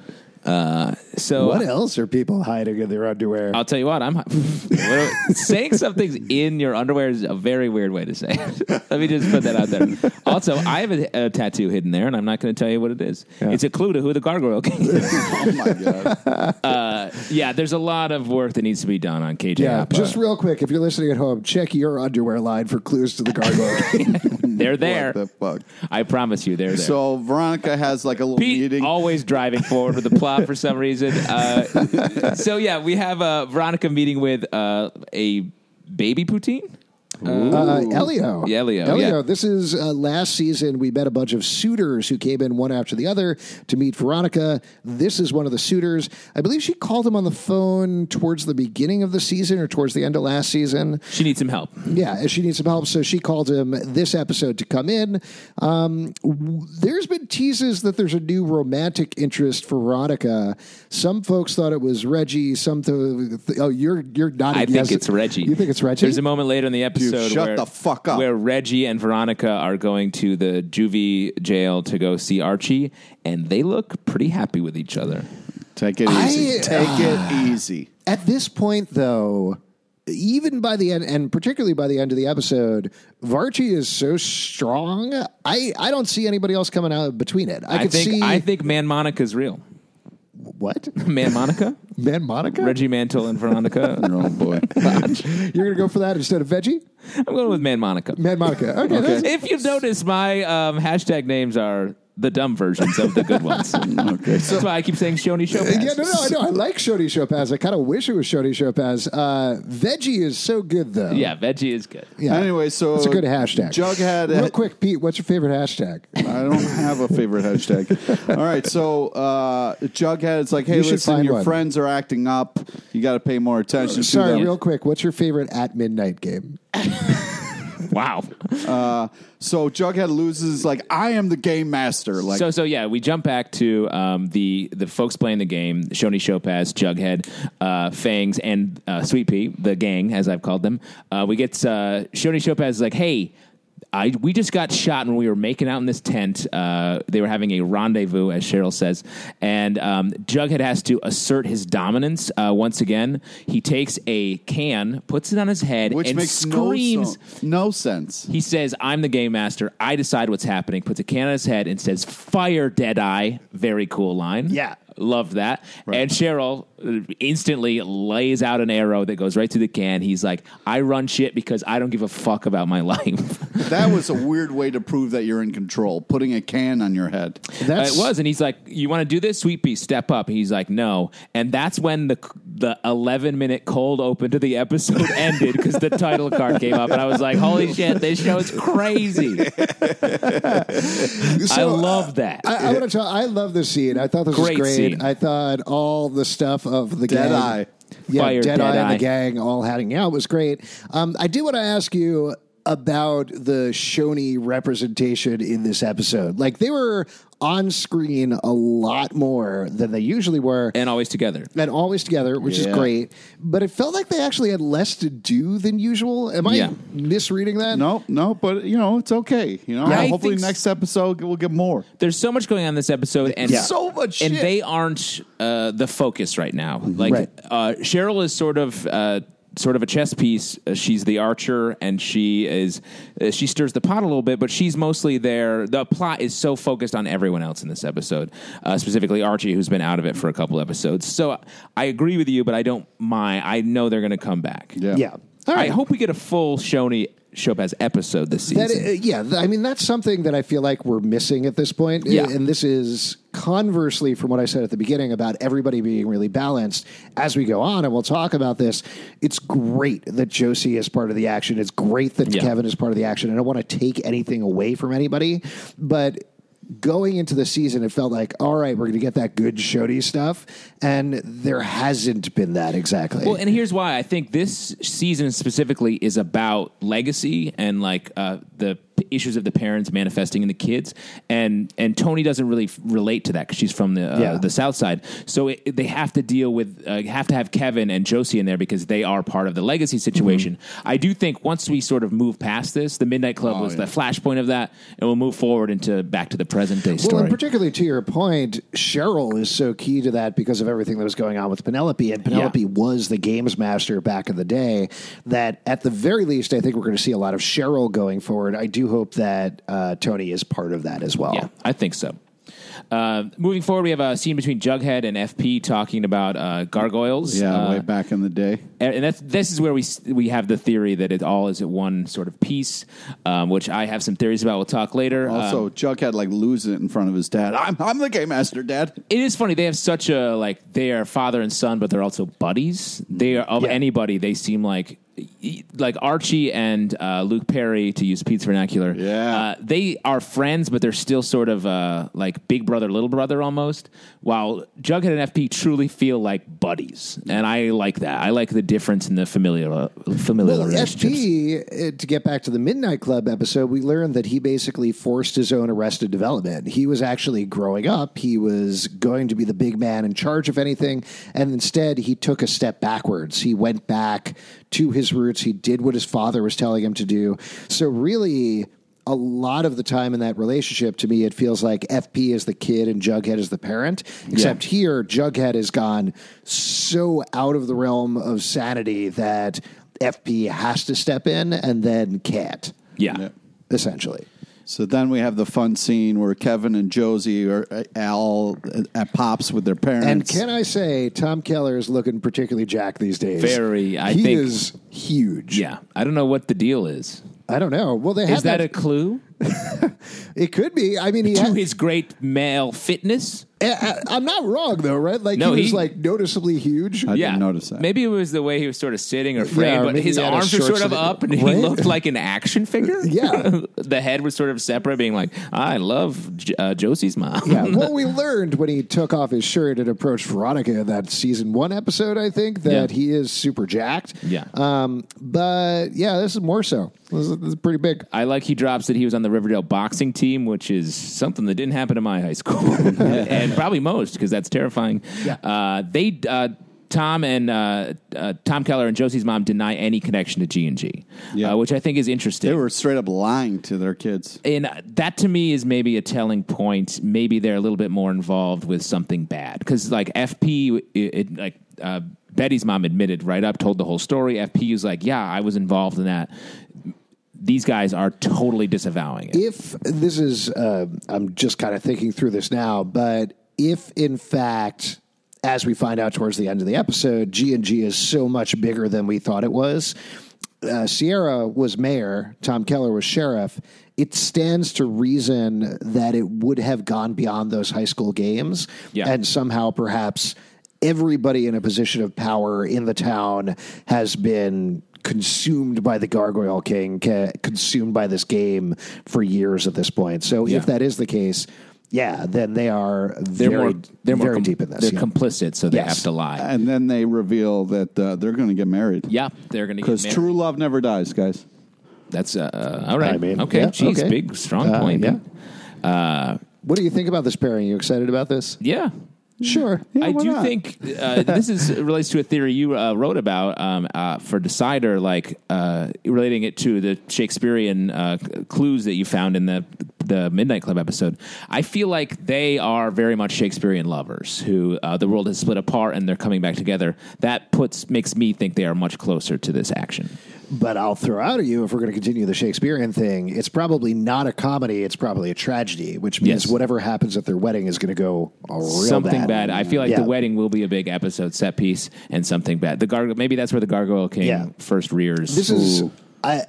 Speaker 2: Uh, so
Speaker 4: what else are people hiding in their underwear?
Speaker 2: I'll tell you what, I'm what- saying something's in your underwear is a very weird way to say it. Let me just put that out there. Also, I have a, a tattoo hidden there, and I'm not going to tell you what it is. It's a clue to who the gargoyle king is.
Speaker 3: oh my god!
Speaker 2: yeah, there's a lot of work that needs to be done on KJ.
Speaker 4: yeah,
Speaker 2: Apa.
Speaker 4: just real quick, if you're listening at home, check your underwear line for clues to the gargoyle.
Speaker 2: They're there.
Speaker 3: What the fuck?
Speaker 2: I promise you, they're there.
Speaker 3: So Veronica has like a little
Speaker 2: Pete
Speaker 3: meeting.
Speaker 2: always driving forward with the plot for some reason. Uh, so yeah, we have uh, Veronica meeting with uh, a baby poutine.
Speaker 4: Uh, Elio.
Speaker 2: Yeah, Elio,
Speaker 4: Elio.
Speaker 2: yeah.
Speaker 4: This is uh, last season. We met a bunch of suitors who came in one after the other to meet Veronica. This is one of the suitors. I believe she called him on the phone towards the beginning of the season or towards the end of last season.
Speaker 2: She needs some help.
Speaker 4: Yeah, and she needs some help. So she called him this episode to come in. Um, w- there's been teases that there's a new romantic interest for Veronica. Some folks thought it was Reggie. Some, th- th- oh, you're you're not.
Speaker 2: I think it's Reggie.
Speaker 4: You think it's Reggie?
Speaker 2: There's a moment later in the episode
Speaker 3: shut
Speaker 2: where,
Speaker 3: the fuck up.
Speaker 2: where Reggie and Veronica are going to the juvie jail to go see Archie, and they look pretty happy with each other.
Speaker 3: Take it easy.
Speaker 4: I-
Speaker 3: Take it easy.
Speaker 4: At this point, though, even by the end, and particularly by the end of the episode, Varchi is so strong. I, I don't see anybody else coming out between it. I,
Speaker 2: I
Speaker 4: could
Speaker 2: think
Speaker 4: see
Speaker 2: I think Man Monica's real.
Speaker 4: what
Speaker 2: Man Monica,
Speaker 4: Man Monica.
Speaker 2: Reggie Mantle, and Veronica.
Speaker 3: Oh boy.
Speaker 4: You're gonna go for that instead of Veggie
Speaker 2: I'm going with Man Monica.
Speaker 4: Man Monica. Okay, that's-
Speaker 2: If you've noticed, my um, hashtag names are the dumb versions of the good ones. That's why I keep saying Shoney Chopin.
Speaker 4: Yeah, no, no, I know. I like Shodi Chopaz. I kind of wish it was Shodi Chopaz. Uh, Veggie is so good, though.
Speaker 2: Yeah, veggie is good.
Speaker 4: Yeah.
Speaker 3: Anyway, so
Speaker 4: It's a good hashtag.
Speaker 3: Jughead-
Speaker 4: Real quick, Pete, what's your favorite hashtag?
Speaker 3: I don't have a favorite hashtag. All right, so uh, Jughead, it's like, hey,
Speaker 4: You should
Speaker 3: listen,
Speaker 4: find
Speaker 3: your
Speaker 4: one.
Speaker 3: friends are acting up. You got to pay more attention. to
Speaker 4: Sorry,
Speaker 3: them.
Speaker 4: real quick, what's your favorite at midnight game?
Speaker 2: Wow.
Speaker 3: So Jughead loses. Like, I am the game master. Like,
Speaker 2: so so yeah, we jump back to um, the the folks playing the game: Shoney Chopaz, Jughead, uh, Fangs, and uh, Sweet Pea, the gang, as I've called them. Uh, we get uh, Shoney Chopaz is like, hey. I, we just got shot when we were making out in this tent. Uh, they were having a rendezvous, as Cheryl says, and um, Jughead has to assert his dominance uh, once again. He takes a can, puts it on his head,
Speaker 3: which
Speaker 2: and
Speaker 3: makes
Speaker 2: screams,
Speaker 3: no, so- no sense.
Speaker 2: he says, I'm the game master. I decide what's happening. Puts a can on his head and says, Fire Deadeye. Very cool line.
Speaker 4: Yeah.
Speaker 2: Love that. And Cheryl uh, instantly lays out an arrow that goes right through the can. He's like, I run shit because I don't give a fuck about my life.
Speaker 3: That was a weird way to prove that you're in control. Putting a can on your head.
Speaker 4: That's
Speaker 2: Uh, it was, and he's like, "You want to do this, sweet pea? Step up." He's like, "No," and that's when the the eleven minute cold open to the episode ended because the title card came up, and I was like, "Holy shit, this show is crazy!" I love that.
Speaker 4: I, I want to tell. I love this scene. I thought this
Speaker 2: Great
Speaker 4: was great.
Speaker 2: scene.
Speaker 4: I thought all the stuff of the gang,
Speaker 3: Deadeye.
Speaker 4: yeah,
Speaker 2: Fire
Speaker 4: Deadeye and
Speaker 2: Deadeye.
Speaker 4: the gang all hanging out was great. Um, I do want to ask you about the Shoney representation in this episode. Like they were on screen a lot more than they usually were.
Speaker 2: and always together.
Speaker 4: and always together, which
Speaker 3: Yeah.
Speaker 4: is great, but it felt like they actually had less to do than usual. Am I
Speaker 2: Yeah.
Speaker 4: misreading that?
Speaker 3: No, no, but you know it's okay. You know,
Speaker 2: I
Speaker 3: hopefully
Speaker 2: think s-
Speaker 3: next episode we'll get more.
Speaker 2: There's so much going on in this episode, and
Speaker 3: Yeah. So much
Speaker 2: and
Speaker 3: shit.
Speaker 2: they aren't uh, the focus right now. Like
Speaker 4: Mm-hmm. Right.
Speaker 2: uh, Cheryl is sort of. Uh, Sort of a chess piece. Uh, she's the archer, and she is uh, she stirs the pot a little bit, but she's mostly there. The plot is so focused on everyone else in this episode, uh, specifically Archie, who's been out of it for a couple episodes. So I agree with you, but I don't mind. I know they're going to come back.
Speaker 4: Yeah. All
Speaker 2: I
Speaker 4: right.
Speaker 2: hope we get a full Shoney Chopaz episode this season.
Speaker 4: That uh, yeah, th- I mean that's something that I feel like we're missing at this point.
Speaker 2: Yeah.
Speaker 4: and this is conversely from what I said at the beginning about everybody being really balanced. As we go on, and we'll talk about this, it's great that Josie is part of the action. It's great that
Speaker 2: Yeah.
Speaker 4: Kevin is part of the action. I don't want to take anything away from anybody, but. Going into the season, it felt like, all right, we're going to get that good Shody stuff. And there hasn't been that exactly.
Speaker 2: Well, and here's why I think this season specifically is about legacy and like uh, the p- issues of the parents manifesting in the kids, and and Tony doesn't really f- relate to that because she's from the uh,
Speaker 4: Yeah.
Speaker 2: the South Side, so it, it- they have to deal with uh, have to have Kevin and Josie in there because they are part of the legacy
Speaker 4: Mm-hmm.
Speaker 2: situation. I do think once we sort of move past this, the Midnight Club
Speaker 4: Oh,
Speaker 2: was the flashpoint of that, and we'll move forward into back to the present day
Speaker 4: Well,
Speaker 2: story.
Speaker 4: and particularly to your point, Cheryl is so key to that because of everything that was going on with Penelope. And Penelope
Speaker 2: Yeah.
Speaker 4: was the games master back in the day. That at the very least, I think we're going to see a lot of Cheryl going forward. I do hope that uh, Tony is part of that as well.
Speaker 2: yeah, I think so. Uh, moving forward, we have a scene between Jughead and FP talking about uh, gargoyles.
Speaker 3: Yeah,
Speaker 2: Uh,
Speaker 3: way back in the day.
Speaker 2: and and that's this is where we s- we have the theory that it all is at one sort of piece, um, which I have some theories about. We'll talk later. Um,
Speaker 3: Also, Jughead like loses it in front of his dad. I'm I'm the game master, Dad.
Speaker 2: it is funny they have such a like they are father and son, but they're also buddies. They are of anybody. They seem like e, like Archie and uh, Luke Perry to use Pete's vernacular.
Speaker 3: Yeah.
Speaker 2: uh, they are friends, but they're still sort of uh, like big brother, little brother almost. While Jughead and FP truly feel like buddies, and I like that. I like the difference in the familiar familiar
Speaker 4: Well,
Speaker 2: relationships.
Speaker 4: FP, uh, to get back to the Midnight Club episode, we learned that he basically forced his own arrested development. He was actually growing up. He was going to be the big man in charge of anything. And instead, he took a step backwards. He went back to his roots. He did what his father was telling him to do. So, really, a lot of the time in that relationship, to me, it feels like FP is the kid and Jughead is the parent. Except here, Jughead has gone so out of the realm of sanity that FP has to step in and then can't,
Speaker 2: yeah.
Speaker 4: essentially.
Speaker 3: So then we have the fun scene where Kevin and Josie are uh, all at Pops with their parents.
Speaker 4: And can I say, Tom Keller is looking particularly jacked these days.
Speaker 2: Very, I
Speaker 4: he
Speaker 2: think-
Speaker 4: is huge.
Speaker 2: Yeah, I don't know what the deal is.
Speaker 4: I don't know. Well, they have
Speaker 2: Is that a clue
Speaker 4: It could be. I mean, he.
Speaker 2: to
Speaker 4: ha-
Speaker 2: his great male fitness?
Speaker 4: I, I- I'm not wrong though, right? Like
Speaker 2: No,
Speaker 4: he was
Speaker 2: he-
Speaker 4: like noticeably huge.
Speaker 3: I didn't notice that.
Speaker 2: Maybe it was the way he was sort of sitting or framed,
Speaker 4: or
Speaker 2: but
Speaker 4: maybe
Speaker 2: his
Speaker 4: he had a
Speaker 2: arms were
Speaker 4: short
Speaker 2: sort of
Speaker 4: sleeve-
Speaker 2: up, and he
Speaker 4: Right?
Speaker 2: looked like an action figure.
Speaker 4: Yeah.
Speaker 2: the head was sort of separate, being like, "I love J- uh, Josie's mom."
Speaker 4: Yeah, well, we learned when he took off his shirt and approached Veronica in that season one episode, I think, that
Speaker 2: Yeah.
Speaker 4: he is super jacked.
Speaker 2: Yeah.
Speaker 4: Um, but yeah, this is more so. This is, this is pretty big.
Speaker 2: I like he drops that he was on the Riverdale boxing team, which is something that didn't happen in my high school, and probably most because that's terrifying. Uh, they uh, Tom and uh, uh, Tom Keller and Josie's mom deny any connection to G and G, uh,
Speaker 3: Yeah.
Speaker 2: which I think is interesting.
Speaker 3: they were straight up lying to their kids.
Speaker 2: and that to me is maybe a telling point. Maybe they're a little bit more involved with something bad because, like FP, it, it, like uh, Betty's mom admitted right up, told the whole story. FP was like, "Yeah, I was involved in that." These guys are totally disavowing it.
Speaker 4: If this is, uh, I'm just kind of thinking through this now, but if in fact, as we find out towards the end of the episode, G and G is so much bigger than we thought it was. Uh, Sierra was mayor, Tom Keller was sheriff. It stands to reason that it would have gone beyond those high school games,
Speaker 2: Yeah.
Speaker 4: and somehow perhaps everybody in a position of power in the town has been consumed by the gargoyle king ca- consumed by this game for years at this point so
Speaker 2: Yeah.
Speaker 4: if that is the case yeah then they are
Speaker 2: They're
Speaker 4: very,
Speaker 2: more they're more
Speaker 4: very
Speaker 2: com-
Speaker 4: deep in this
Speaker 2: They're
Speaker 4: yeah.
Speaker 2: complicit, so they
Speaker 4: Yes.
Speaker 2: have to lie.
Speaker 4: Uh,
Speaker 3: And then they reveal that uh, they're going to get married.
Speaker 2: yeah, they're going to get
Speaker 3: Because
Speaker 2: married.
Speaker 3: true love never dies, guys.
Speaker 2: That's uh, uh, all right.
Speaker 4: I mean,
Speaker 2: okay,
Speaker 4: yeah,
Speaker 2: jeez,
Speaker 4: okay.
Speaker 2: big strong
Speaker 4: Uh,
Speaker 2: point.
Speaker 4: yeah.
Speaker 2: Uh,
Speaker 4: what do you think about this pairing you excited about this
Speaker 2: yeah.
Speaker 4: sure
Speaker 2: I
Speaker 3: why
Speaker 2: do
Speaker 3: not?
Speaker 2: think uh, this is relates to a theory you uh, wrote about um, uh, for Decider, like uh, relating it to the Shakespearean uh, c- clues that you found in the the Midnight Club episode. I feel like they are very much Shakespearean lovers who uh, the world has split apart and they're coming back together. That puts makes me think they are much closer to this action.
Speaker 4: but i'll throw out at you if we're going to continue the shakespearean thing it's probably not a comedy it's probably a tragedy which means
Speaker 2: Yes.
Speaker 4: whatever happens at their wedding is going to go a real
Speaker 2: something bad. I feel like
Speaker 4: Yeah.
Speaker 2: the wedding will be a big episode set piece and something bad. The gargoyle, maybe that's where the gargoyle king
Speaker 4: Yeah.
Speaker 2: first rears.
Speaker 4: This is I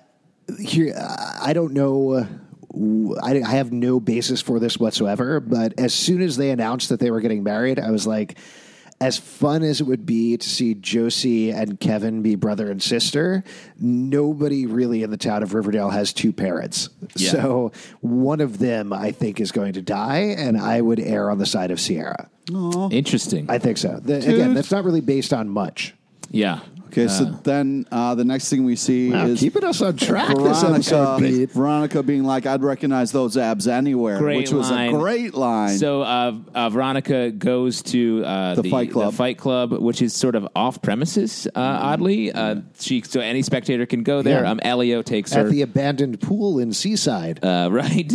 Speaker 4: here. I don't know. w- I, I have no basis for this whatsoever. But as soon as they announced that they were getting married, I was like, as fun as it would be to see Josie and Kevin be brother and sister, nobody really in the town of Riverdale has two parents.
Speaker 2: Yeah.
Speaker 4: So one of them, I think, is going to die, and I would err on the side of Sierra.
Speaker 2: interesting.
Speaker 4: I think so. The- again, that's not really based on much.
Speaker 2: yeah.
Speaker 3: Okay, so then uh, the next thing we see
Speaker 4: Wow,
Speaker 3: is
Speaker 4: keeping us on track this
Speaker 3: Veronica,
Speaker 4: episode, Pete.
Speaker 3: Veronica being like, I'd recognize those abs anywhere,
Speaker 2: Great
Speaker 3: which was
Speaker 2: line.
Speaker 3: a great line.
Speaker 2: So uh, uh, Veronica goes to uh,
Speaker 3: The Fight Club.
Speaker 2: Fight Club, which is sort of off premises. Uh, oddly, uh, she so any spectator can go there.
Speaker 4: Mm-hmm.
Speaker 2: Um,
Speaker 4: Yeah.
Speaker 2: Elio takes her
Speaker 4: at the abandoned pool in Seaside.
Speaker 2: uh, right?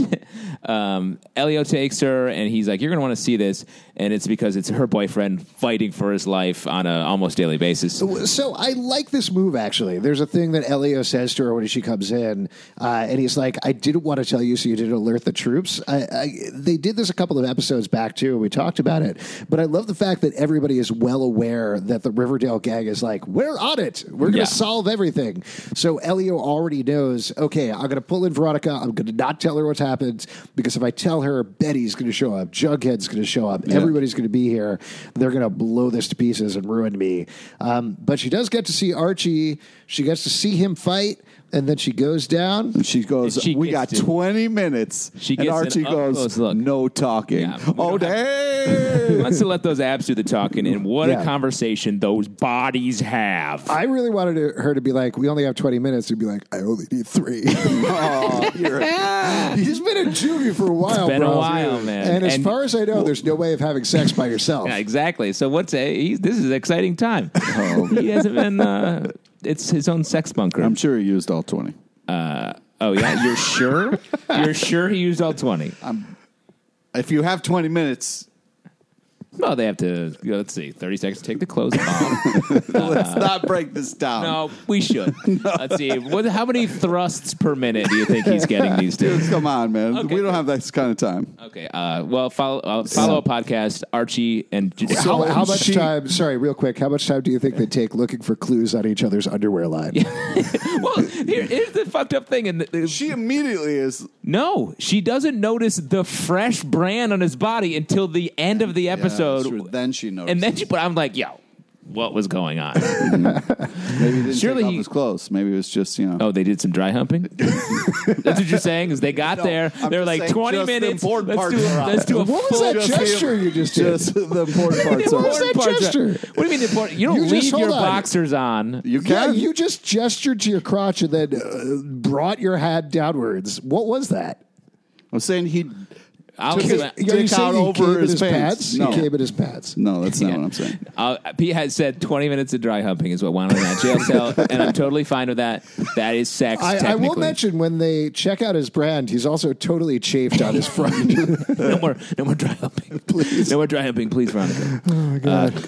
Speaker 2: um, Elio takes her, and he's like, "You're going to want to see this," and it's because it's her boyfriend fighting for his life on a almost daily basis.
Speaker 4: so I I like this move actually. There's a thing that Elio says to her when she comes in, uh, and he's like, "I didn't want to tell you, so you didn't alert the troops." I, I, they did this a couple of episodes back too, and we talked about it. But I love the fact that everybody is well aware that the Riverdale gang is like, "We're on it. We're going to
Speaker 2: Yeah.
Speaker 4: solve everything." So Elio already knows. Okay, I'm going to pull in Veronica. I'm going to not tell her what's happened because if I tell her, Betty's going to show up. Jughead's going to show up. Everybody's going to be here. They're going to blow this to pieces and ruin me. Um, but she does get to see Archie. She gets to see him fight, and then she goes down.
Speaker 3: She goes,
Speaker 2: And she
Speaker 3: We got
Speaker 2: gets to-
Speaker 3: 20 minutes.
Speaker 2: She
Speaker 3: and
Speaker 2: gets an
Speaker 3: Archie goes,
Speaker 2: up-close look.
Speaker 3: No talking.
Speaker 2: Yeah, we
Speaker 3: oh,
Speaker 2: don't He
Speaker 3: damn.
Speaker 2: wants to let those abs do the talking, and what
Speaker 4: Yeah.
Speaker 2: a conversation those bodies have.
Speaker 4: I really wanted to- her to be like, "We only have twenty minutes." And be like, "I only need three.
Speaker 3: oh, you're
Speaker 4: He's been in juvie for a while.
Speaker 2: been a
Speaker 4: bro.
Speaker 2: while, man.
Speaker 4: And as
Speaker 2: And-
Speaker 4: far as I know, there's no way of having sex by yourself.
Speaker 2: Yeah, exactly. So what's a, he's, this is an exciting time. He hasn't been. Uh, it's his own sex bunker.
Speaker 3: I'm sure he used all 20.
Speaker 2: oh yeah, you're sure? you're sure he used all twenty?
Speaker 3: If you have 20 minutes,
Speaker 2: Well, they have to. Let's see, thirty seconds. to Take the clothes off.
Speaker 3: let's not break this down.
Speaker 2: no, we should. Let's see. What, how many thrusts per minute do you think he's getting these days?
Speaker 3: Come on, man.
Speaker 2: Okay.
Speaker 3: We don't have that kind of time.
Speaker 2: Okay. Uh, well, follow uh, follow a podcast. Archie and
Speaker 4: How,
Speaker 3: So-
Speaker 4: how much
Speaker 3: she-
Speaker 4: time? Sorry, real quick. How much time do you think they take looking for clues on each other's underwear line?
Speaker 2: well, here, here's the fucked up thing. And the-
Speaker 3: She immediately is.
Speaker 2: No, she doesn't notice the fresh brand on his body until the end of the episode.
Speaker 3: true. Then she notices.
Speaker 2: And then she, but I'm like, yo, what was going on?
Speaker 3: Maybe he didn't
Speaker 2: Surely
Speaker 3: take off
Speaker 2: he-
Speaker 3: his clothes. Maybe it was just, you know.
Speaker 2: oh, they did some dry humping. That's what you're saying is they got there.
Speaker 3: I'm
Speaker 2: They're
Speaker 3: just
Speaker 2: like
Speaker 3: saying
Speaker 2: 20
Speaker 3: just the
Speaker 2: minutes.
Speaker 3: important
Speaker 2: Let's
Speaker 3: parts
Speaker 2: do,
Speaker 3: are out.
Speaker 2: let's do a
Speaker 4: What was
Speaker 2: full.
Speaker 4: that gesture you just did?
Speaker 3: Just the important parts
Speaker 4: What was
Speaker 3: are.
Speaker 4: that
Speaker 2: parts are-
Speaker 4: gesture?
Speaker 2: What do you mean the important? You don't
Speaker 4: You just-
Speaker 2: leave your
Speaker 4: hold on.
Speaker 2: boxers on.
Speaker 3: You
Speaker 4: Yeah,
Speaker 3: can.
Speaker 4: you just gestured to your crotch and then uh, brought your hand downwards. What was that?
Speaker 3: I'm saying he.
Speaker 2: I'll,
Speaker 3: Just-
Speaker 2: I'll,
Speaker 4: Are you
Speaker 3: Dick
Speaker 4: saying
Speaker 3: out
Speaker 4: he
Speaker 3: over
Speaker 4: came in
Speaker 3: his pants.
Speaker 4: pants.
Speaker 3: No.
Speaker 4: He came in his pants.
Speaker 3: No, that's not what I'm saying.
Speaker 2: Pete has said 20 minutes of dry humping is what went on in that jail cell, and I'm totally fine with that. That is sex.
Speaker 4: I, I
Speaker 2: technically.
Speaker 4: will mention when they check out his brand, he's also totally chafed on his front.
Speaker 2: no more, no more dry humping, please. No more dry humping, please, Veronica.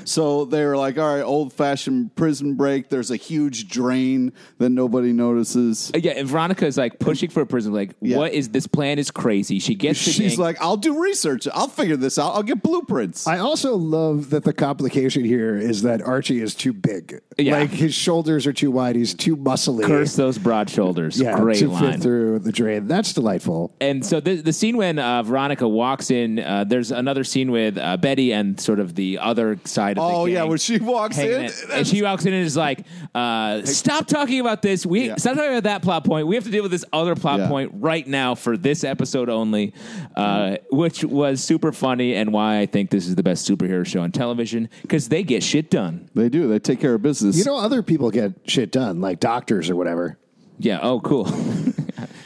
Speaker 3: So they were like, all right, old fashioned prison break. There's a huge drain that nobody notices.
Speaker 2: Uh, Yeah, and Veronica is like pushing for a prison. Like,
Speaker 3: Yeah.
Speaker 2: what is this plan? Is crazy. She gets. the
Speaker 3: She's
Speaker 2: gang-
Speaker 3: like, I'll do research. I'll figure this out. I'll get blueprints.
Speaker 4: I also love that the complication here is that Archie is too big.
Speaker 2: Yeah.
Speaker 4: Like his shoulders are too wide. He's too muscly.
Speaker 2: curse those broad shoulders.
Speaker 4: yeah,
Speaker 2: Great
Speaker 4: to
Speaker 2: line.
Speaker 4: fit through the drain. That's delightful.
Speaker 2: and so the, the scene when uh, Veronica walks in, uh, there's another scene with uh, Betty and sort of the other side of the
Speaker 3: oh,
Speaker 2: gang
Speaker 3: yeah. When she walks
Speaker 2: hanging
Speaker 3: in,
Speaker 2: out. and she walks in and is like, uh, "Stop talking about this. We
Speaker 3: Yeah.
Speaker 2: stop talking about that plot point. We have to deal with this other plot
Speaker 3: Yeah.
Speaker 2: point right now for this episode only," uh, which was super funny and why I think this is the best superhero show on television because they get shit done.
Speaker 3: they do. They take care of business.
Speaker 4: You know, other people get shit done, like doctors or whatever.
Speaker 2: Yeah. Oh, cool.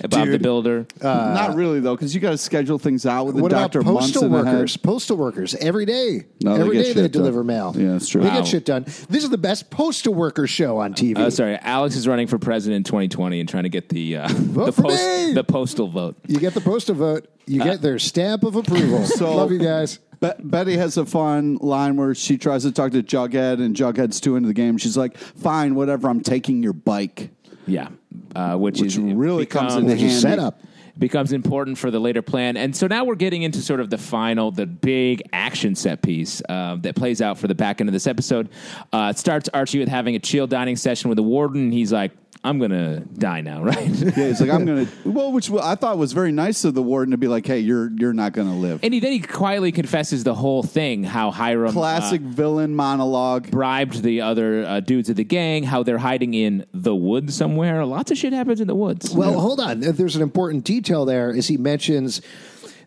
Speaker 2: Bob the
Speaker 4: Dude.
Speaker 2: Builder.
Speaker 3: Not really, though, because you got to schedule things out with the
Speaker 4: Uh, What
Speaker 3: doctor
Speaker 4: about
Speaker 3: months
Speaker 4: postal
Speaker 3: in
Speaker 4: workers?
Speaker 3: ahead.
Speaker 4: Postal workers every day.
Speaker 3: No, they
Speaker 4: every
Speaker 3: get
Speaker 4: day they
Speaker 3: shit done.
Speaker 4: deliver mail.
Speaker 3: Yeah, that's true.
Speaker 4: They
Speaker 2: Wow.
Speaker 4: get shit done. This is the best postal worker show on TV.
Speaker 3: Uh,
Speaker 2: Oh, sorry. Alex is running for president in 2020 and trying to get the uh, the,
Speaker 4: for me!
Speaker 2: the postal vote.
Speaker 4: you get the postal vote. You get their stamp of approval.
Speaker 3: Uh, So-
Speaker 4: Love you guys.
Speaker 3: Be- Betty has a fun line where she tries to talk to Jughead, and Jughead's too into the game. She's like, "Fine, whatever. I'm taking your bike."
Speaker 2: Yeah, uh, which,
Speaker 3: Which
Speaker 2: is
Speaker 3: really comes into
Speaker 4: Which is
Speaker 3: handy.
Speaker 4: set up.
Speaker 2: becomes important for the later plan. And so now we're getting into sort of the final, the big action set piece uh, that plays out for the back end of this episode. Uh, it starts Archie with having a chill dining session with the warden. He's like, I'm going to die now, right?
Speaker 3: Yeah, he's like, "I'm gonna." Well, which I thought was very nice of the warden to be like, "Hey, you're you're not gonna live."
Speaker 2: and he, then he quietly confesses the whole thing how Hiram. uh,
Speaker 3: Classic villain monologue.
Speaker 2: bribed the other uh, dudes of the gang, how they're hiding in the woods somewhere. Lots of shit happens in the woods.
Speaker 4: Well, hold on. There's an important detail there. Is he mentions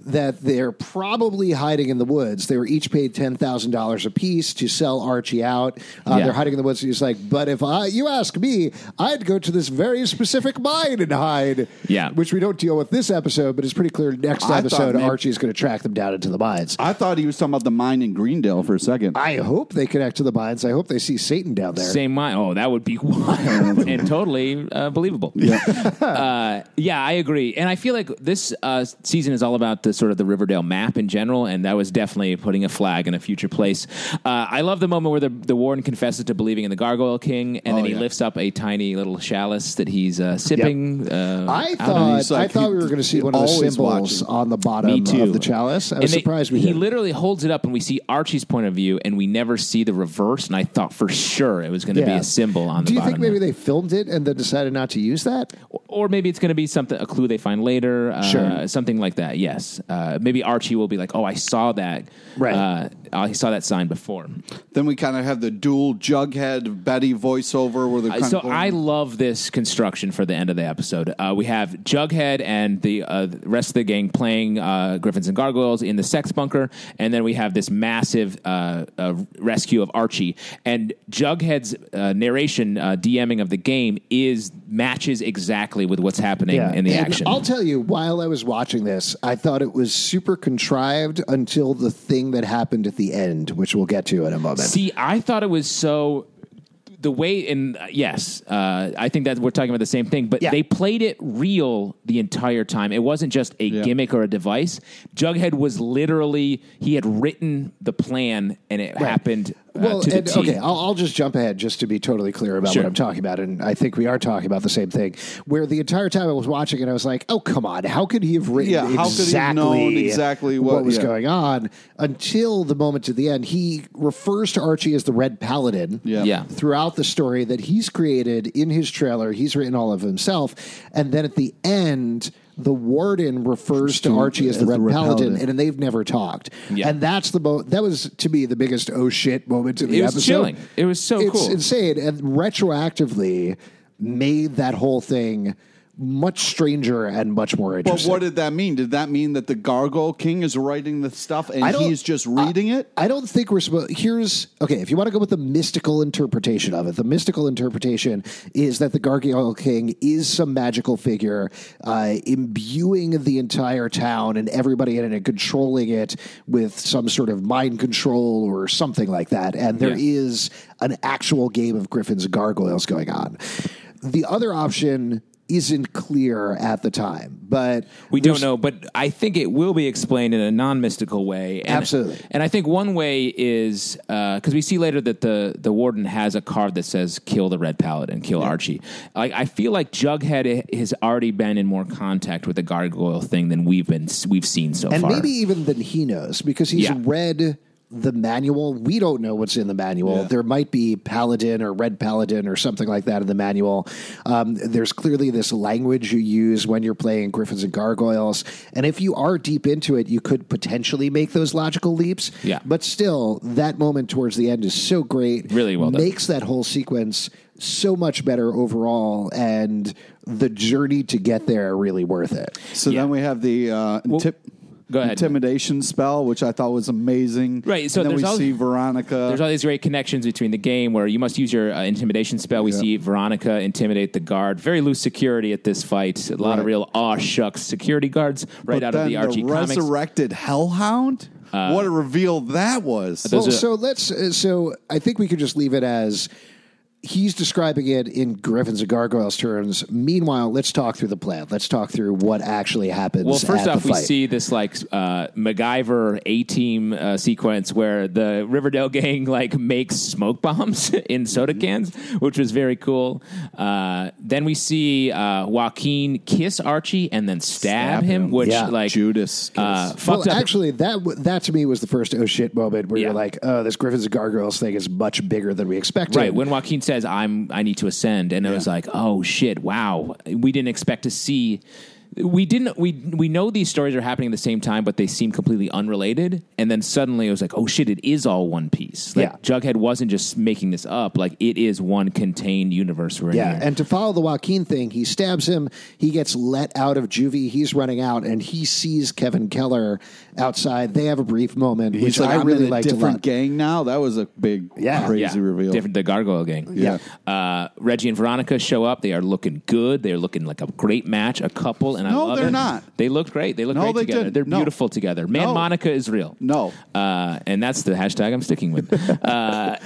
Speaker 4: that they're probably hiding in the woods. They were each paid ten thousand dollars apiece to sell Archie out. Uh,
Speaker 2: Yeah.
Speaker 4: They're hiding in the woods. He's like, but if I, you ask me, I'd go to this very specific mine and hide.
Speaker 2: Yeah.
Speaker 4: which we don't deal with this episode, but it's pretty clear next
Speaker 3: I thought
Speaker 4: episode
Speaker 3: maybe-
Speaker 4: Archie's going to track them down into the mines.
Speaker 3: I thought he was talking about the mine in Greendale for a second.
Speaker 4: I hope they connect to the mines. I hope they see Satan down there.
Speaker 2: Same mind. Oh, that would be wild and totally uh, believable. Yeah. uh, yeah, I agree. And I feel like this uh, season is all about the sort of the Riverdale map in general, and that was definitely putting a flag in a future place. Uh, I love the moment where the, the warden confesses to believing in the Gargoyle King, and then
Speaker 3: Oh,
Speaker 2: he
Speaker 3: yeah.
Speaker 2: lifts up a tiny little chalice that he's uh, sipping. Uh,
Speaker 4: I
Speaker 2: out of-
Speaker 4: thought
Speaker 3: he's like-
Speaker 4: I thought we were going to see one of the
Speaker 3: always
Speaker 4: symbols
Speaker 3: watching.
Speaker 4: on the bottom
Speaker 2: me too.
Speaker 4: of the chalice. I was
Speaker 2: And they-
Speaker 4: surprised we
Speaker 2: He
Speaker 4: didn't.
Speaker 2: literally holds it up, and we see Archie's point of view, and we never see the reverse. And I thought for sure it was going to be
Speaker 4: Yeah.
Speaker 2: a symbol on the
Speaker 4: Do you
Speaker 2: bottom.
Speaker 4: think maybe
Speaker 2: there.
Speaker 4: they filmed it and then decided not to use that?
Speaker 2: or maybe it's going to be something a clue they find later, uh,
Speaker 4: Sure.
Speaker 2: something like that. Yes, uh, maybe Archie will be like, "Oh, I saw that.
Speaker 4: Right.
Speaker 2: uh, I saw that sign before."
Speaker 3: Then we kind of have the dual Jughead Betty voiceover where they're kind
Speaker 2: Uh, so
Speaker 3: of going-
Speaker 2: I love this construction for the end of the episode. Uh, we have Jughead and the uh, the rest of the gang playing uh, Griffins and Gargoyles in the sex bunker, and then we have this massive uh, uh, rescue of Archie. And Jughead's uh, narration, uh, DMing of the game, is matches exactly with what's happening in the
Speaker 4: And
Speaker 2: action.
Speaker 4: I'll tell you, while I was watching this, I thought it was super contrived until the thing that happened at the end, which we'll get to in a moment.
Speaker 2: See, I thought it was so. The way and uh, yes, uh, I think that we're talking about the same thing. But
Speaker 4: Yeah.
Speaker 2: they played it real the entire time. It wasn't just a gimmick or a device. Jughead was literally he had written the plan, and it happened uh,
Speaker 4: well,
Speaker 2: to the
Speaker 4: and,
Speaker 2: T.
Speaker 4: okay, I'll, I'll just jump ahead just to be totally clear about
Speaker 2: Sure.
Speaker 4: what I'm talking about, and I think we are talking about the same thing. Where the entire time I was watching it, I was like, "Oh come on, how could he have written
Speaker 3: Yeah, how could
Speaker 4: exactly,
Speaker 3: he have known exactly what-
Speaker 4: was
Speaker 3: yeah.
Speaker 4: going on?" Until the moment to the end, he refers to Archie as the Red Paladin.
Speaker 3: Yeah.
Speaker 2: yeah.
Speaker 4: Throughout the story that he's created in his trailer, he's written all of himself, and then at the end. The warden refers to Archie as the Red, Paladin, and they've never talked.
Speaker 2: Yeah.
Speaker 4: And that's the mo- that was to me the biggest oh shit moment in the
Speaker 2: It was
Speaker 4: episode.
Speaker 2: chilling. It was so
Speaker 4: it's
Speaker 2: cool.
Speaker 4: insane, and retroactively made that whole thing much stranger and much more
Speaker 3: But
Speaker 4: interesting.
Speaker 3: what did that mean? Did that mean that the Gargoyle King is writing the stuff and
Speaker 4: I don't-
Speaker 3: he's just reading
Speaker 2: uh,
Speaker 3: it?
Speaker 4: I don't think we're supposed. Here's okay. If you want to go with the mystical interpretation of it, the mystical interpretation is that the Gargoyle King is some magical figure, uh, imbuing the entire town and everybody in it, and controlling it with some sort of mind control or something like that. And there is
Speaker 2: Yeah.
Speaker 4: an actual game of Griffins and Gargoyles going on. The other option isn't clear at the time, but
Speaker 2: We don't know, but I think it will be explained in a non mystical way. And,
Speaker 4: Absolutely.
Speaker 2: And I think one way is because we see later that the, the warden has a card that says "Kill the Red Paladin, kill Archie." Like I feel like Jughead has already been in more contact with the gargoyle thing than we've been we've seen so
Speaker 4: and
Speaker 2: far.
Speaker 4: maybe even than he knows because he's
Speaker 2: Yeah.
Speaker 4: read the manual. We don't know what's in the manual.
Speaker 3: Yeah.
Speaker 4: There might be paladin or red paladin or something like that in the manual. Um, there's clearly this language you use when you're playing Griffins and Gargoyles, and if you are deep into it, you could potentially make those logical leaps.
Speaker 2: Yeah.
Speaker 4: but still, that moment towards the end is so great.
Speaker 2: Really well done.
Speaker 4: makes that whole sequence so much better overall, and the journey to get there really worth it.
Speaker 3: So
Speaker 2: Yeah.
Speaker 3: then we have the uh, intip-
Speaker 2: go ahead.
Speaker 3: intimidation spell, which I thought was amazing.
Speaker 2: Right, so
Speaker 3: and then
Speaker 2: there's
Speaker 3: we
Speaker 2: all-
Speaker 3: see Veronica.
Speaker 2: There's all these great connections between the game where you must use your uh, intimidation spell. We see Veronica intimidate the guard. Very loose security at this fight. A lot of
Speaker 3: Right.
Speaker 2: real aw shucks security guards right
Speaker 3: but
Speaker 2: out
Speaker 3: then
Speaker 2: of the Archie comics. Uh,
Speaker 3: resurrected Hellhound. what a reveal that was!
Speaker 2: those
Speaker 4: Well,
Speaker 2: are-
Speaker 4: so let's. Uh, so I think we could just leave it as he's describing it in Griffin's and Gargoyles terms. Meanwhile, let's talk through the plan. Let's talk through what actually happens.
Speaker 2: Well, first
Speaker 4: at
Speaker 2: off,
Speaker 4: the
Speaker 2: we
Speaker 4: fight.
Speaker 2: see this like uh, MacGyver A Team uh, sequence where the Riverdale gang like makes smoke bombs in soda
Speaker 4: Mm-hmm.
Speaker 2: cans, which was very cool. Uh, then we see uh, Joaquin kiss Archie and then stab,
Speaker 3: Stab
Speaker 2: him,
Speaker 3: him.
Speaker 2: which
Speaker 4: Yeah.
Speaker 2: like
Speaker 3: Judas.
Speaker 2: uh,
Speaker 3: kiss.
Speaker 2: fucked
Speaker 4: well,
Speaker 2: up.
Speaker 4: actually, that w- that to me was the first oh shit moment where
Speaker 2: Yeah.
Speaker 4: you're like, oh, this Griffins and Gargoyles thing is much bigger than we expected.
Speaker 2: Right when Joaquin says I'm I need to ascend, and it was like, oh shit, wow, we didn't expect to see. We didn't. We we know these stories are happening at the same time, but they seem completely unrelated. And then suddenly it was like, oh shit, it is all one piece. Like
Speaker 4: Yeah.
Speaker 2: Jughead wasn't just making this up. Like it is one contained universe. We're
Speaker 4: Yeah,
Speaker 2: in here.
Speaker 4: and to follow the Joaquin thing, he stabs him. He gets let out of juvie. He's running out, and he sees Kevin Keller outside. They have a brief moment, which
Speaker 3: He's like,
Speaker 4: I
Speaker 3: I'm
Speaker 4: really
Speaker 3: in a
Speaker 4: liked a
Speaker 3: different
Speaker 4: lot.
Speaker 3: gang now. That was a big,
Speaker 4: Yeah.
Speaker 3: crazy
Speaker 2: Yeah.
Speaker 3: reveal.
Speaker 2: Different, the Gargoyle gang.
Speaker 4: Yeah.
Speaker 2: Uh, Reggie and Veronica show up. They are looking good. They are looking like a great match, a couple. And I
Speaker 3: No,
Speaker 2: love
Speaker 3: they're
Speaker 2: it.
Speaker 3: not.
Speaker 2: They look great. They look
Speaker 3: No,
Speaker 2: great
Speaker 3: they
Speaker 2: together.
Speaker 3: didn't.
Speaker 2: They're
Speaker 3: No.
Speaker 2: beautiful together. Man,
Speaker 3: No.
Speaker 2: Monica is real.
Speaker 3: No.
Speaker 2: Uh, and that's the hashtag I'm sticking with. uh,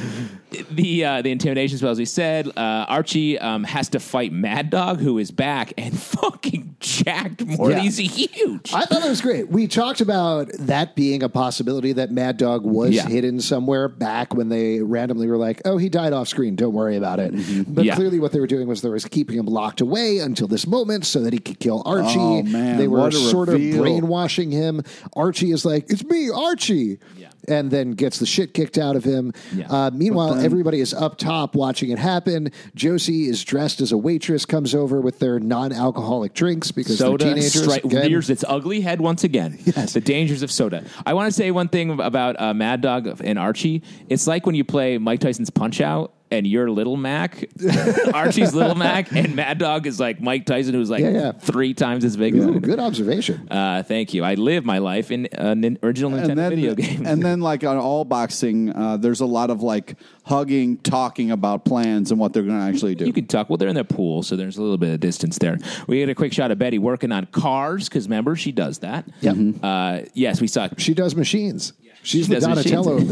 Speaker 2: the uh, the intimidation spells. We said uh, Archie um, has to fight Mad Dog, who is back and fucking jacked Morty's huge.
Speaker 4: I thought it was great. We talked about that being a possibility that Mad Dog was
Speaker 2: Yeah.
Speaker 4: hidden somewhere back when they randomly were like, "Oh, he died off screen. Don't worry about it." But
Speaker 2: Yeah.
Speaker 4: clearly, what they were doing was they was keeping him locked away until this moment so that he could kill Archie.
Speaker 3: Oh, man,
Speaker 4: they were
Speaker 3: what a
Speaker 4: sort
Speaker 3: reveal.
Speaker 4: of brainwashing him. Archie is like, "It's me, Archie,"
Speaker 2: Yeah.
Speaker 4: and then gets the shit kicked out of him.
Speaker 2: Yeah.
Speaker 4: Uh, meanwhile, everybody is up top watching it happen. Josie is dressed as a waitress, comes over with their non-alcoholic drinks because they're
Speaker 2: soda
Speaker 4: teenagers.
Speaker 2: stri-
Speaker 4: Again,
Speaker 2: rears its ugly head once again. The dangers of soda. I want to say one thing about uh, Mad Dog and Archie. It's like when you play Mike Tyson's Punch Out. And you're Little Mac, Archie's Little Mac, and Mad Dog is like Mike Tyson, who's like
Speaker 4: Yeah, yeah.
Speaker 2: three times as big.
Speaker 4: Ooh,
Speaker 2: as
Speaker 4: good observation.
Speaker 2: Uh, thank you. I live my life in an original Nintendo
Speaker 3: and then,
Speaker 2: video game.
Speaker 3: and then like on all boxing, uh, there's a lot of like hugging, talking about plans and what they're going to actually do.
Speaker 2: you can talk. Well, they're in their pool, so there's a little bit of distance there. We had a quick shot of Betty working on cars because remember she does that.
Speaker 4: Yep.
Speaker 2: Uh, yes, we saw.
Speaker 4: She does machines. She's
Speaker 2: She
Speaker 4: the
Speaker 2: does
Speaker 4: Donatello
Speaker 2: machines.
Speaker 4: of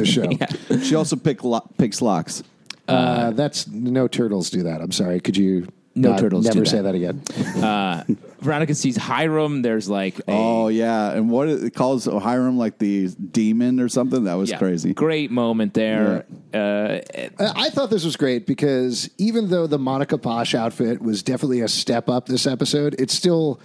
Speaker 4: the show.
Speaker 3: she also pick lo- picks locks.
Speaker 4: uh, that's no turtles do that. I'm sorry. Could you
Speaker 2: No
Speaker 4: not-
Speaker 2: turtles do
Speaker 4: Never
Speaker 2: that.
Speaker 4: say that again.
Speaker 2: Uh, Veronica sees Hiram. There's like a,
Speaker 3: Oh yeah, and what it calls Hiram like the demon or something? That was
Speaker 2: yeah,
Speaker 3: crazy.
Speaker 2: Great moment there. Uh,
Speaker 4: Uh, I thought this was great because even though the Monica Posh outfit was definitely a step up this episode, it's still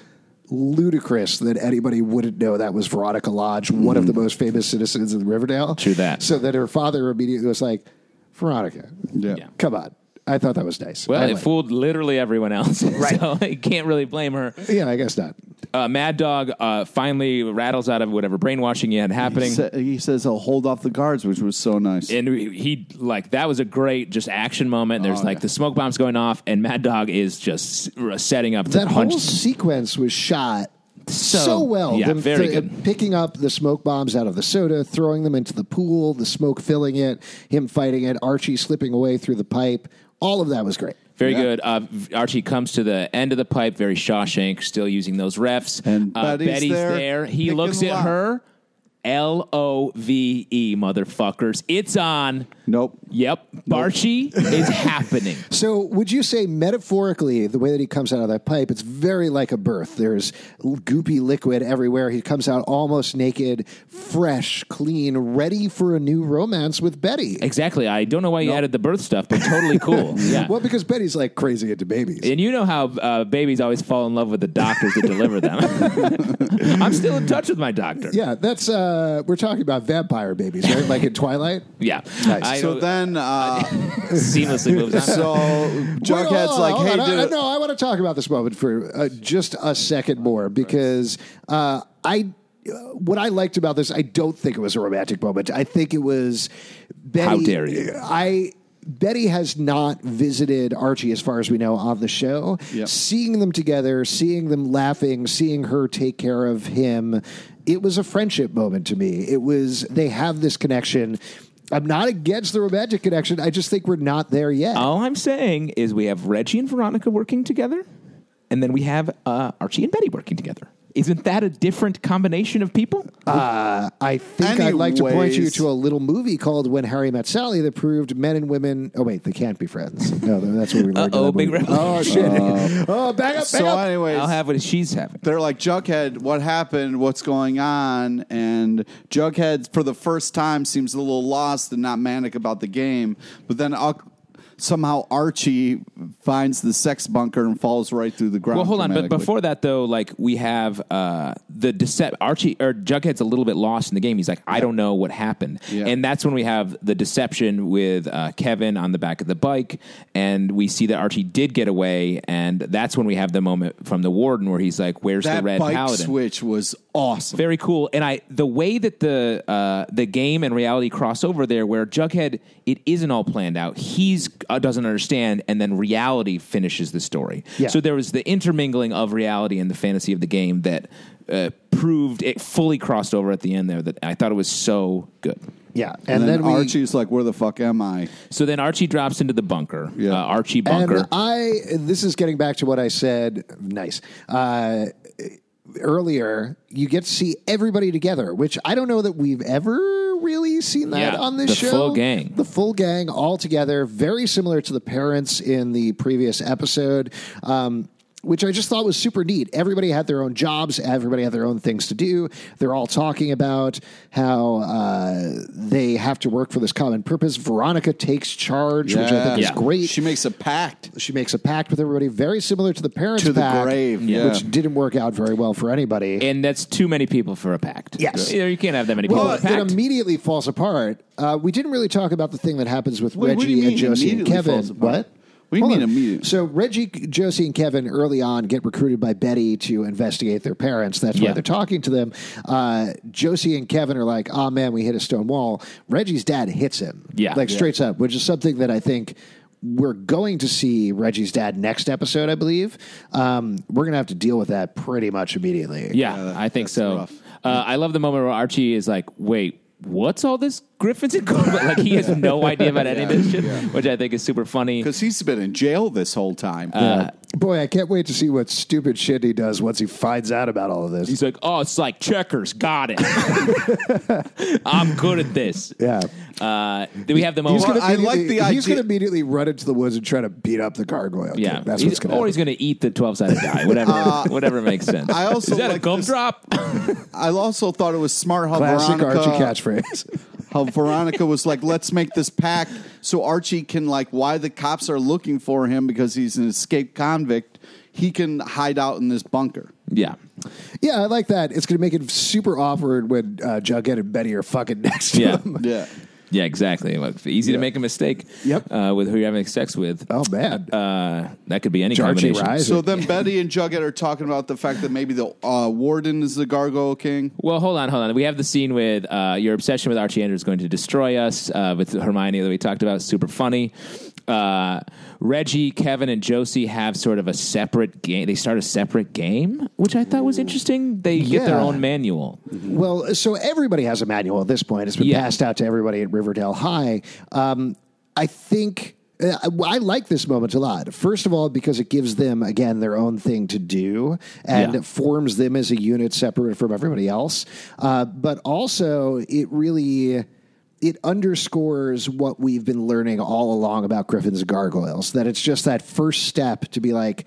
Speaker 4: ludicrous that anybody wouldn't know that was Veronica Lodge, one of the most famous citizens of Riverdale.
Speaker 2: Mm-hmm. True that.
Speaker 4: So that her father immediately was like, Veronica,
Speaker 3: Yeah.
Speaker 2: Yeah.
Speaker 4: come on. I thought that was nice.
Speaker 2: well,
Speaker 4: I
Speaker 2: it
Speaker 4: liked
Speaker 2: fooled literally everyone else. Right. so I can't really blame her.
Speaker 4: it. yeah, I guess not.
Speaker 2: Uh, Mad Dog uh, finally rattles out of whatever brainwashing he had
Speaker 3: He,
Speaker 2: happening.
Speaker 3: sa- he says, "I'll hold off the guards," which was so nice.
Speaker 2: and he he, like that was a great just action moment. There's
Speaker 3: Oh,
Speaker 2: like
Speaker 3: yeah.
Speaker 2: the smoke bombs going off, and Mad Dog is just s- setting up to
Speaker 4: that
Speaker 2: punch
Speaker 4: whole sequence was shot so, well.
Speaker 2: yeah,
Speaker 4: Them
Speaker 2: very
Speaker 4: th-
Speaker 2: good.
Speaker 4: Picking up the smoke bombs out of the soda, throwing them into the pool, the smoke filling it, him fighting it, Archie slipping away through the pipe. All of that was great.
Speaker 2: Very
Speaker 3: Yeah.
Speaker 2: good. Uh, v- Archie comes to the end of the pipe, very Shawshank, still using those refs.
Speaker 3: And
Speaker 2: uh,
Speaker 3: Betty's there,
Speaker 2: He
Speaker 3: picking
Speaker 2: looks at
Speaker 3: lock.
Speaker 2: her. L O V E, motherfuckers. It's on.
Speaker 3: nope.
Speaker 2: Yep. Barchi is happening.
Speaker 4: So, would you say metaphorically, the way that he comes out of that pipe, it's very like a birth? There's l- goopy liquid everywhere. He comes out almost naked, fresh, clean, ready for a new romance with Betty.
Speaker 2: Exactly. I don't know why you added the birth stuff, but totally cool. yeah.
Speaker 4: Well, because Betty's like crazy into babies.
Speaker 2: And you know how uh, babies always fall in love with the doctors that deliver them. I'm still in touch with my doctor.
Speaker 4: Yeah, that's uh we're talking about vampire babies, right? like in Twilight.
Speaker 2: Yeah.
Speaker 4: Nice.
Speaker 2: I
Speaker 3: So then, uh,
Speaker 2: seamlessly moves on.
Speaker 3: so
Speaker 4: Wait, hold on,
Speaker 3: Jughead's like,
Speaker 4: hold
Speaker 3: "Hey,
Speaker 4: on. I, I-
Speaker 3: dude,
Speaker 4: no, I want to talk about this moment for uh, just a second more because uh, I. uh, What I liked about this, I don't think it was a romantic moment. I think it was Betty.
Speaker 2: How dare you.
Speaker 4: I Betty has not visited Archie, as far as we know, on the show.
Speaker 3: Yep.
Speaker 4: Seeing them together, seeing them laughing, seeing her take care of him, it was a friendship moment to me. It was they have this connection. I'm not against the romantic connection. I just think we're not there yet.
Speaker 3: Oh,
Speaker 2: All I'm saying is we have Reggie and Veronica working together, and then we have uh, Archie and Betty working together. Isn't that a different combination of people?
Speaker 4: I think I'd like to point
Speaker 3: Anyways.
Speaker 4: you to a little movie called When Harry Met Sally that proved men and women. Oh wait, they can't be friends. No, that's what we learned. in
Speaker 2: Uh-oh,
Speaker 4: that
Speaker 2: big
Speaker 4: movie.
Speaker 2: revelation.
Speaker 4: Oh shit! oh, back up, back
Speaker 3: so
Speaker 4: up.
Speaker 3: anyways,
Speaker 2: I'll have what she's having.
Speaker 3: they're like, Jughead, what happened? What's going on? And Jughead, for the first time, seems a little lost and not manic about the game. But then I'll, somehow Archie finds the sex bunker and falls right through the ground.
Speaker 2: Well, hold on, but
Speaker 3: dramatically.
Speaker 2: before that though, like we have uh, the decept Archie or Jughead's a little bit lost in the game. He's like, I don't know what happened,
Speaker 3: Yeah.
Speaker 2: and that's when we have the deception with uh, Kevin on the back of the bike, and we see that Archie did get away, and that's when we have the moment from the warden where he's like, "Where's
Speaker 3: that
Speaker 2: the red
Speaker 3: bike
Speaker 2: paladin?"
Speaker 3: switch was awesome.
Speaker 2: Very cool. And I the way that the uh, the game and reality cross over there, where Jughead it isn't all planned out. He's uh, doesn't understand, and then reality finishes the story.
Speaker 4: Yeah.
Speaker 2: So there was the intermingling of reality and the fantasy of the game that. Uh, proved it fully crossed over at the end there that I thought it was so good.
Speaker 4: Yeah,
Speaker 3: and,
Speaker 4: and,
Speaker 3: then,
Speaker 4: then, we,
Speaker 3: Archie's like, "Where the fuck am I?"
Speaker 2: So then Archie drops into the bunker.
Speaker 3: Yeah.
Speaker 2: Uh, Archie bunker.
Speaker 4: And I. This is getting back to what I said. Nice. Uh, earlier, you get to see everybody together, which I don't know that we've ever really seen that
Speaker 2: Yeah,
Speaker 4: on this
Speaker 2: the
Speaker 4: show.
Speaker 2: full gang.
Speaker 4: The full gang all together, very similar to the parents in the previous episode. Um, which I just thought was super neat. Everybody had their own jobs. Everybody had their own things to do. They're all talking about how uh, they have to work for this common purpose. Veronica takes charge, which I think
Speaker 2: Yeah.
Speaker 4: is great.
Speaker 3: She
Speaker 4: She,
Speaker 3: makes a pact
Speaker 4: makes a pact with everybody, very similar to the parents'
Speaker 3: to the
Speaker 4: pact,
Speaker 3: grave.
Speaker 2: Yeah.
Speaker 3: Yeah.
Speaker 4: which didn't work out very well for anybody.
Speaker 2: and that's too many people for a pact.
Speaker 4: Yes.
Speaker 2: you, know, you can't have that many people.
Speaker 4: Well,
Speaker 2: in a pact.
Speaker 4: it immediately falls apart. Uh, we didn't really talk about the thing that happens with
Speaker 3: Wait, what do you
Speaker 4: Reggie and
Speaker 3: mean
Speaker 4: Josie and
Speaker 3: immediately
Speaker 4: Kevin.
Speaker 3: falls apart?
Speaker 4: What?
Speaker 3: What do you
Speaker 4: Hold
Speaker 3: mean
Speaker 4: on.
Speaker 3: immediately?
Speaker 4: So Reggie, Josie, and Kevin early on get recruited by Betty to investigate their parents. That's why
Speaker 2: Yeah.
Speaker 4: they're talking to them. Uh, Josie and Kevin are like, "Oh man, we hit a stone wall." Reggie's dad hits him,
Speaker 2: Yeah.
Speaker 4: like
Speaker 2: Yeah.
Speaker 4: straight up, which is something that I think. We're going to see Reggie's dad next episode, I believe. Um, we're going to have to deal with that pretty much immediately.
Speaker 2: Yeah,
Speaker 3: Yeah, that-
Speaker 2: I think
Speaker 3: that's
Speaker 2: so.
Speaker 3: rough.
Speaker 2: Uh, I love the moment where Archie is like, "Wait, what's all this Griffins and Corbin?" Like he has no idea about any of this shit, which I think is super funny.
Speaker 3: Because he's been in jail this whole time.
Speaker 2: Uh,
Speaker 4: Boy, I can't wait to see what stupid shit he does once he finds out about all of this.
Speaker 2: He's like, "Oh, it's like checkers. Got it. I'm good at this."
Speaker 4: yeah.
Speaker 2: Uh, then we have the moment.
Speaker 4: He's gonna
Speaker 3: I like
Speaker 4: immediately-
Speaker 3: the
Speaker 4: He's
Speaker 3: idea-
Speaker 4: going to immediately run into the woods and try to beat up the gargoyle. kid.
Speaker 2: yeah,
Speaker 4: That's
Speaker 2: He's-
Speaker 4: what's going to
Speaker 2: or
Speaker 4: happen.
Speaker 2: he's going to eat the twelve sided die, whatever, whatever makes sense.
Speaker 3: Uh, I also
Speaker 2: is that a
Speaker 3: like this-
Speaker 2: gumdrop?
Speaker 3: I also thought it was smart how
Speaker 4: Classic
Speaker 3: Veronica
Speaker 4: Archie catchphrase.
Speaker 3: how Veronica was like, let's make this pact so Archie can like why the cops are looking for him because he's an escaped convict. He can hide out in this bunker.
Speaker 2: yeah,
Speaker 4: yeah, I like that. It's going to make it super awkward when uh, Jughead and Betty are fucking next to
Speaker 2: Yeah.
Speaker 4: him.
Speaker 3: Yeah.
Speaker 2: yeah, exactly. Look, it's easy to make a mistake.
Speaker 4: Yep.
Speaker 2: uh, with who you're having sex with.
Speaker 4: Oh, man.
Speaker 2: Uh, that could be any
Speaker 4: Jarchi
Speaker 2: combination.
Speaker 4: Rise.
Speaker 3: So then Betty and Jughead are talking about the fact that maybe the uh, warden is the Gargoyle King.
Speaker 2: Well, hold on, hold on. We have the scene with uh, your obsession with Archie Andrews is going to destroy us uh, with Hermione that we talked about. Super funny. Uh, Reggie, Kevin, and Josie have sort of a separate game. They start a separate game, which I thought was interesting. They get their
Speaker 4: Yeah.
Speaker 2: own manual.
Speaker 4: Well, so everybody has a manual at this point. It's been
Speaker 2: Yeah.
Speaker 4: passed out to everybody at Riverdale High. Um, I think. uh, I I like this moment a lot. First of all, because it gives them again their own thing to do and
Speaker 2: Yeah.
Speaker 4: forms them as a unit separate from everybody else. Uh, but also, it really it underscores what we've been learning all along about Griffins and Gargoyles. That it's just that first step to be like,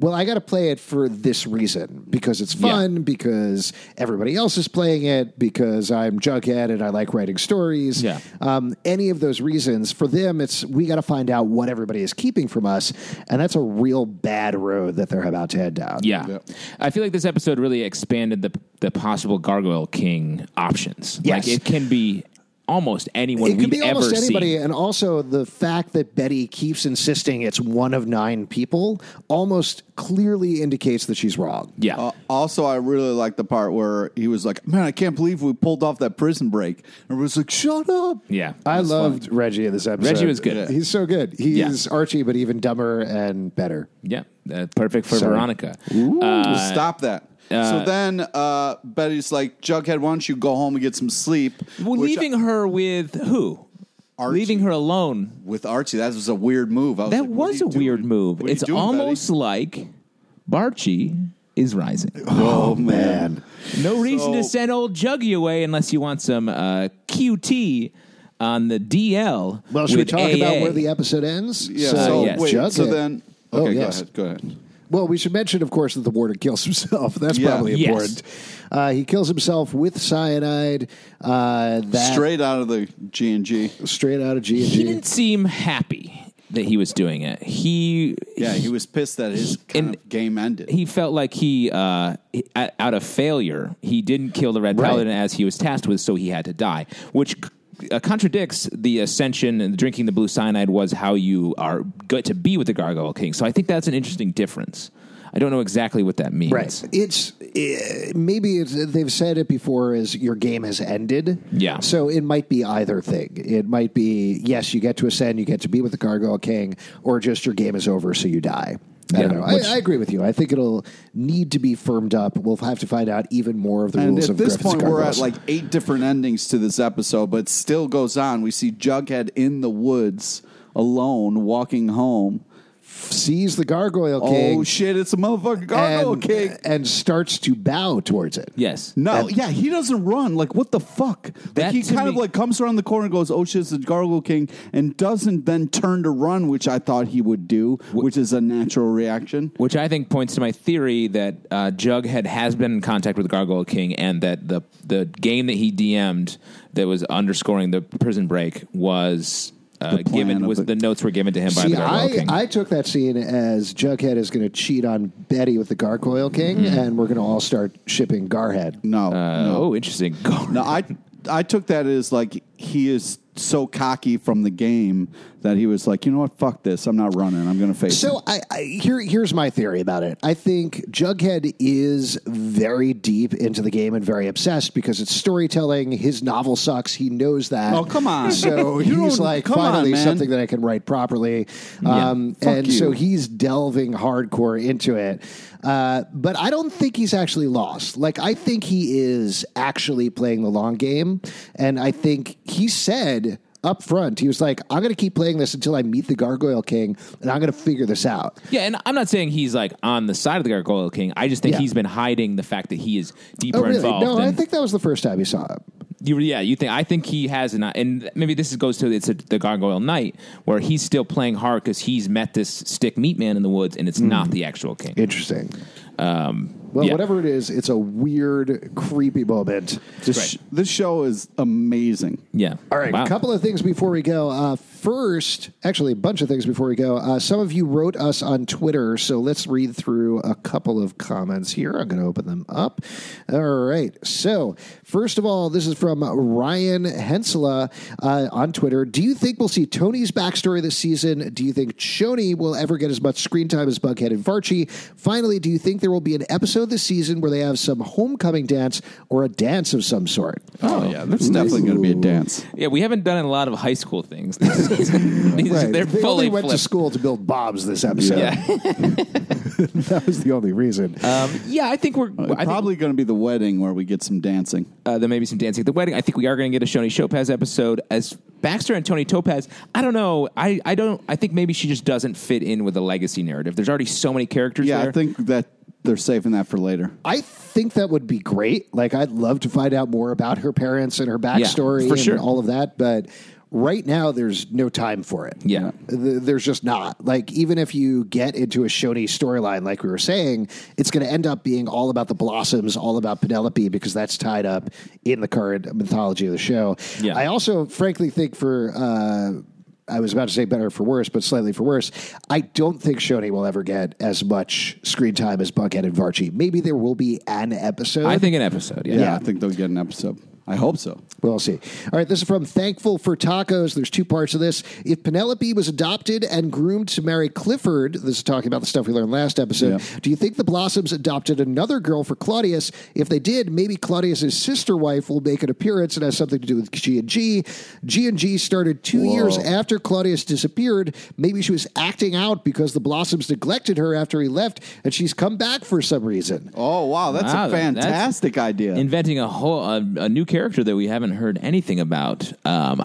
Speaker 4: well, I got to play it for this reason because it's
Speaker 2: Yeah.
Speaker 4: fun because everybody else is playing it, because I'm Jughead and I like writing stories.
Speaker 2: Yeah.
Speaker 4: Um, any of those reasons, for them, it's we got to find out what everybody is keeping from us. And that's a real bad road that they're about to head down.
Speaker 2: Yeah.
Speaker 3: Yep.
Speaker 2: I feel like this episode really expanded the the possible Gargoyle King options.
Speaker 4: Yes.
Speaker 2: Like it can be almost anyone
Speaker 4: It could
Speaker 2: we've
Speaker 4: be
Speaker 2: ever
Speaker 4: almost anybody,
Speaker 2: seen.
Speaker 4: and also the fact that Betty keeps insisting it's one of nine people almost clearly indicates that she's wrong.
Speaker 2: Yeah.
Speaker 3: Uh, also, I really like the part where he was like, "Man, I can't believe we pulled off that prison break." And everyone's like, "Shut up!"
Speaker 2: yeah.
Speaker 4: I loved Reggie in this episode.
Speaker 2: Reggie was good.
Speaker 3: Yeah.
Speaker 4: He's so good. He's Archie, but even dumber and better.
Speaker 2: yeah. Uh, perfect for
Speaker 4: Sorry.
Speaker 2: Veronica. Uh,
Speaker 3: Stop that. so then uh, Betty's like, "Jughead, why don't you go home and get some sleep?"
Speaker 2: Well,
Speaker 3: Which-
Speaker 2: leaving her with who?
Speaker 3: Archie.
Speaker 2: Leaving her alone.
Speaker 3: with Archie, that was a weird move. I was
Speaker 2: That
Speaker 3: like, what are
Speaker 2: was a
Speaker 3: you doing?
Speaker 2: weird move.
Speaker 3: What are you
Speaker 2: It's
Speaker 3: doing,
Speaker 2: almost like Barchi is rising.
Speaker 3: Betty? Oh man.
Speaker 2: No reason to
Speaker 3: So-
Speaker 2: send old Juggy away unless you want some uh, QT on the DL.
Speaker 4: Well, should we
Speaker 2: with
Speaker 4: talk
Speaker 2: AA.
Speaker 4: about where the episode ends?
Speaker 3: Yeah. So,
Speaker 2: yes.
Speaker 3: wait, so
Speaker 4: Jughead-
Speaker 3: then, okay,
Speaker 4: Oh,
Speaker 3: go
Speaker 4: yes.
Speaker 3: ahead. Go ahead.
Speaker 4: Well, we should mention, of course, that the warden kills himself. That's
Speaker 3: Yeah.
Speaker 4: probably
Speaker 2: Yes.
Speaker 4: important. Uh, he kills himself with cyanide. Uh, that
Speaker 3: Straight out of the G and G.
Speaker 4: straight out of G and
Speaker 2: He
Speaker 4: G.
Speaker 2: didn't seem happy that he was doing it. He
Speaker 3: Yeah, he was pissed that his kind
Speaker 2: And-
Speaker 3: of game ended.
Speaker 2: he felt like he uh, he- out of failure he didn't kill the red
Speaker 4: Right.
Speaker 2: paladin as he was tasked with so he had to die which uh, contradicts the ascension and drinking the blue cyanide was how you are good to be with the gargoyle king so i think that's an interesting difference i don't know exactly what that means
Speaker 4: Right. It's eh, maybe it's, they've said it before is your game has ended.
Speaker 2: Yeah.
Speaker 4: So it might be either thing. It might be yes, you get to ascend, you get to be with the Gargoyle King, or just your game is over, so you die. I don't
Speaker 2: Yeah,
Speaker 4: know. I,
Speaker 2: which-
Speaker 4: I agree with you. I think it'll need to be firmed up. We'll have to find out even more of the
Speaker 3: and
Speaker 4: rules
Speaker 3: at
Speaker 4: of
Speaker 3: this
Speaker 4: Griffins
Speaker 3: point,
Speaker 4: and
Speaker 3: we're at
Speaker 4: Gargoyles.
Speaker 3: like eight different endings to this episode, but it still goes on. We see Jughead in the woods alone, walking home,
Speaker 4: sees the Gargoyle King
Speaker 3: Oh shit! It's a motherfucking gargoyle
Speaker 4: and,
Speaker 3: king.
Speaker 4: and starts to bow towards it.
Speaker 2: Yes.
Speaker 3: No,
Speaker 4: And-
Speaker 3: yeah, he doesn't run. Like, what the fuck? Like,
Speaker 2: That
Speaker 3: he
Speaker 2: to
Speaker 3: kind of
Speaker 2: me-
Speaker 3: like comes around the corner and goes, "Oh shit, it's the Gargoyle King," and doesn't then turn to run, which I thought he would do, which is a natural reaction.
Speaker 2: Which I think points to my theory that uh, Jughead has been in contact with Gargoyle King, and that the the game that he DM'd that was underscoring the prison break was uh,
Speaker 3: The plan
Speaker 2: given
Speaker 3: of
Speaker 2: was
Speaker 3: it.
Speaker 2: the notes were given to him by
Speaker 4: See,
Speaker 2: the Gargoyle
Speaker 4: I,
Speaker 2: King.
Speaker 4: I took that scene as Jughead is going to cheat on Betty with the Gargoyle King,
Speaker 3: Mm-hmm.
Speaker 4: and we're going to all start shipping Garhead.
Speaker 3: No,
Speaker 2: Uh,
Speaker 3: no,
Speaker 2: Oh, interesting.
Speaker 3: no. I I took that as like he is so cocky from the game that he was like, you know what, fuck this, I'm not running, I'm gonna face. him."
Speaker 4: So I, I here here's my theory about it. I think Jughead is very deep into the game and very obsessed because it's storytelling. His novel sucks. He knows that.
Speaker 3: Oh, come on.
Speaker 4: So
Speaker 3: You
Speaker 4: he's
Speaker 3: don't-
Speaker 4: like
Speaker 3: come on,
Speaker 4: finally
Speaker 3: man.
Speaker 4: something that I can write properly.
Speaker 2: Yeah.
Speaker 4: Um,
Speaker 3: Fuck
Speaker 4: and
Speaker 3: you.
Speaker 4: so he's delving hardcore into it. Uh, but I don't think he's actually lost. Like I think he is actually playing the long game, and I think he said up front he was like, "I'm going to keep playing this until I meet the Gargoyle King, and I'm going to figure this out."
Speaker 2: Yeah, and I'm not saying he's like on the side of the Gargoyle King. I just think
Speaker 4: Yeah.
Speaker 2: he's been hiding the fact that he is deeper
Speaker 4: Oh, really?
Speaker 2: involved.
Speaker 4: No, I
Speaker 2: and-
Speaker 4: think that was the first time he saw it.
Speaker 2: You, yeah, you think I think he has an and maybe this is- goes to it's a, the Gargoyle Night where he's still playing hard because he's met this stick meat man in the woods and it's
Speaker 4: Mm.
Speaker 2: not the actual king.
Speaker 4: Interesting.
Speaker 2: Um,
Speaker 4: Well,
Speaker 2: yeah.
Speaker 4: whatever it is, it's a weird, creepy moment.
Speaker 3: this sh- this show is amazing.
Speaker 2: Yeah.
Speaker 4: All right,
Speaker 2: Wow.
Speaker 4: a couple of things before we go. Uh, first, actually, a bunch of things before we go. Uh, some of you wrote us on Twitter, so let's read through a couple of comments here. I'm going to open them up. All right. So, first of all, this is from Ryan Hensela uh, on Twitter. Do you think we'll see Tony's backstory this season? Do you think Shoney will ever get as much screen time as Bughead and Varchi? Finally, do you think there will be an episode this season where they have some homecoming dance or a dance of some sort?
Speaker 3: Oh yeah, there's definitely gonna be a dance.
Speaker 2: Yeah, we haven't done a lot of high school things. This season. These-
Speaker 4: Right.
Speaker 2: They're
Speaker 4: they
Speaker 2: fully
Speaker 4: only went to
Speaker 2: flipped.
Speaker 4: school to build bobs this episode.
Speaker 2: Yeah.
Speaker 4: that was the only reason.
Speaker 2: um, yeah, I think we're
Speaker 4: Uh,
Speaker 2: I think,
Speaker 3: Probably gonna be the wedding where we get some dancing.
Speaker 2: uh, there may be some dancing at the wedding. I think we are going to get a Shoni Topaz episode as Baxter and Tony Topaz. I don't know. I, I don't. I think maybe she just doesn't fit in with the legacy narrative. There's already so many characters.
Speaker 3: Yeah,
Speaker 2: there.
Speaker 3: I think that they're saving that for later.
Speaker 4: I think that would be great. Like, I'd love to find out more about her parents and her backstory
Speaker 2: for
Speaker 4: and
Speaker 2: sure.
Speaker 4: all of that. But right now, there's no time for it.
Speaker 2: Yeah.
Speaker 4: Th- There's just not. Like, even if you get into a Shoney storyline, like we were saying, it's going to end up being all about the Blossoms, all about Penelope, because that's tied up in the current mythology of the show.
Speaker 2: Yeah.
Speaker 4: I also, frankly, think for. Uh, I was about to say better for worse, but slightly for worse. I don't think Shoney will ever get as much screen time as Buckhead and Varchi. Maybe there will be an episode.
Speaker 2: I think an episode. Yeah.
Speaker 3: Yeah, I think they'll get an episode. I hope so.
Speaker 4: We'll see. All right, this is from Thankful for Tacos. There's two parts of this. If Penelope was adopted and groomed to marry Clifford, this is talking about the stuff we learned last episode.
Speaker 3: Yeah.
Speaker 4: Do you think the Blossoms adopted another girl for Claudius? If they did, maybe Claudius's sister wife will make an appearance and has something to do with G and G. G and G started two years after Claudius disappeared. Maybe she was acting out because the Blossoms neglected her after he left, and she's come back for some reason.
Speaker 3: Oh wow, that's
Speaker 2: Wow,
Speaker 3: a
Speaker 2: Ah, that- that's
Speaker 3: fantastic idea.
Speaker 2: Inventing a whole a, a new character that we haven't heard anything about. Um,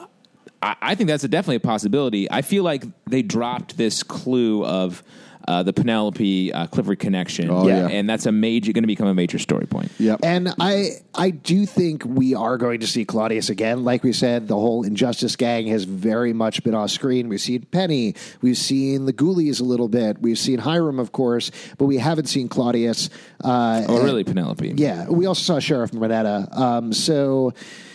Speaker 2: I, I think that's a, definitely a possibility. I feel like they dropped this clue of uh, the Penelope uh, Clifford connection.
Speaker 3: Oh, Yeah. yeah.
Speaker 2: and that's a major going to become a major story point.
Speaker 3: yep.
Speaker 4: And I I do think we are going to see Claudius again. Like we said, the whole Injustice gang has very much been off screen. We've seen Penny, we've seen the Ghoulies a little bit, we've seen Hiram, of course, but we haven't seen Claudius. Uh,
Speaker 2: Oh, really, Penelope?
Speaker 4: yeah, we also saw Sheriff Manetta. Um, so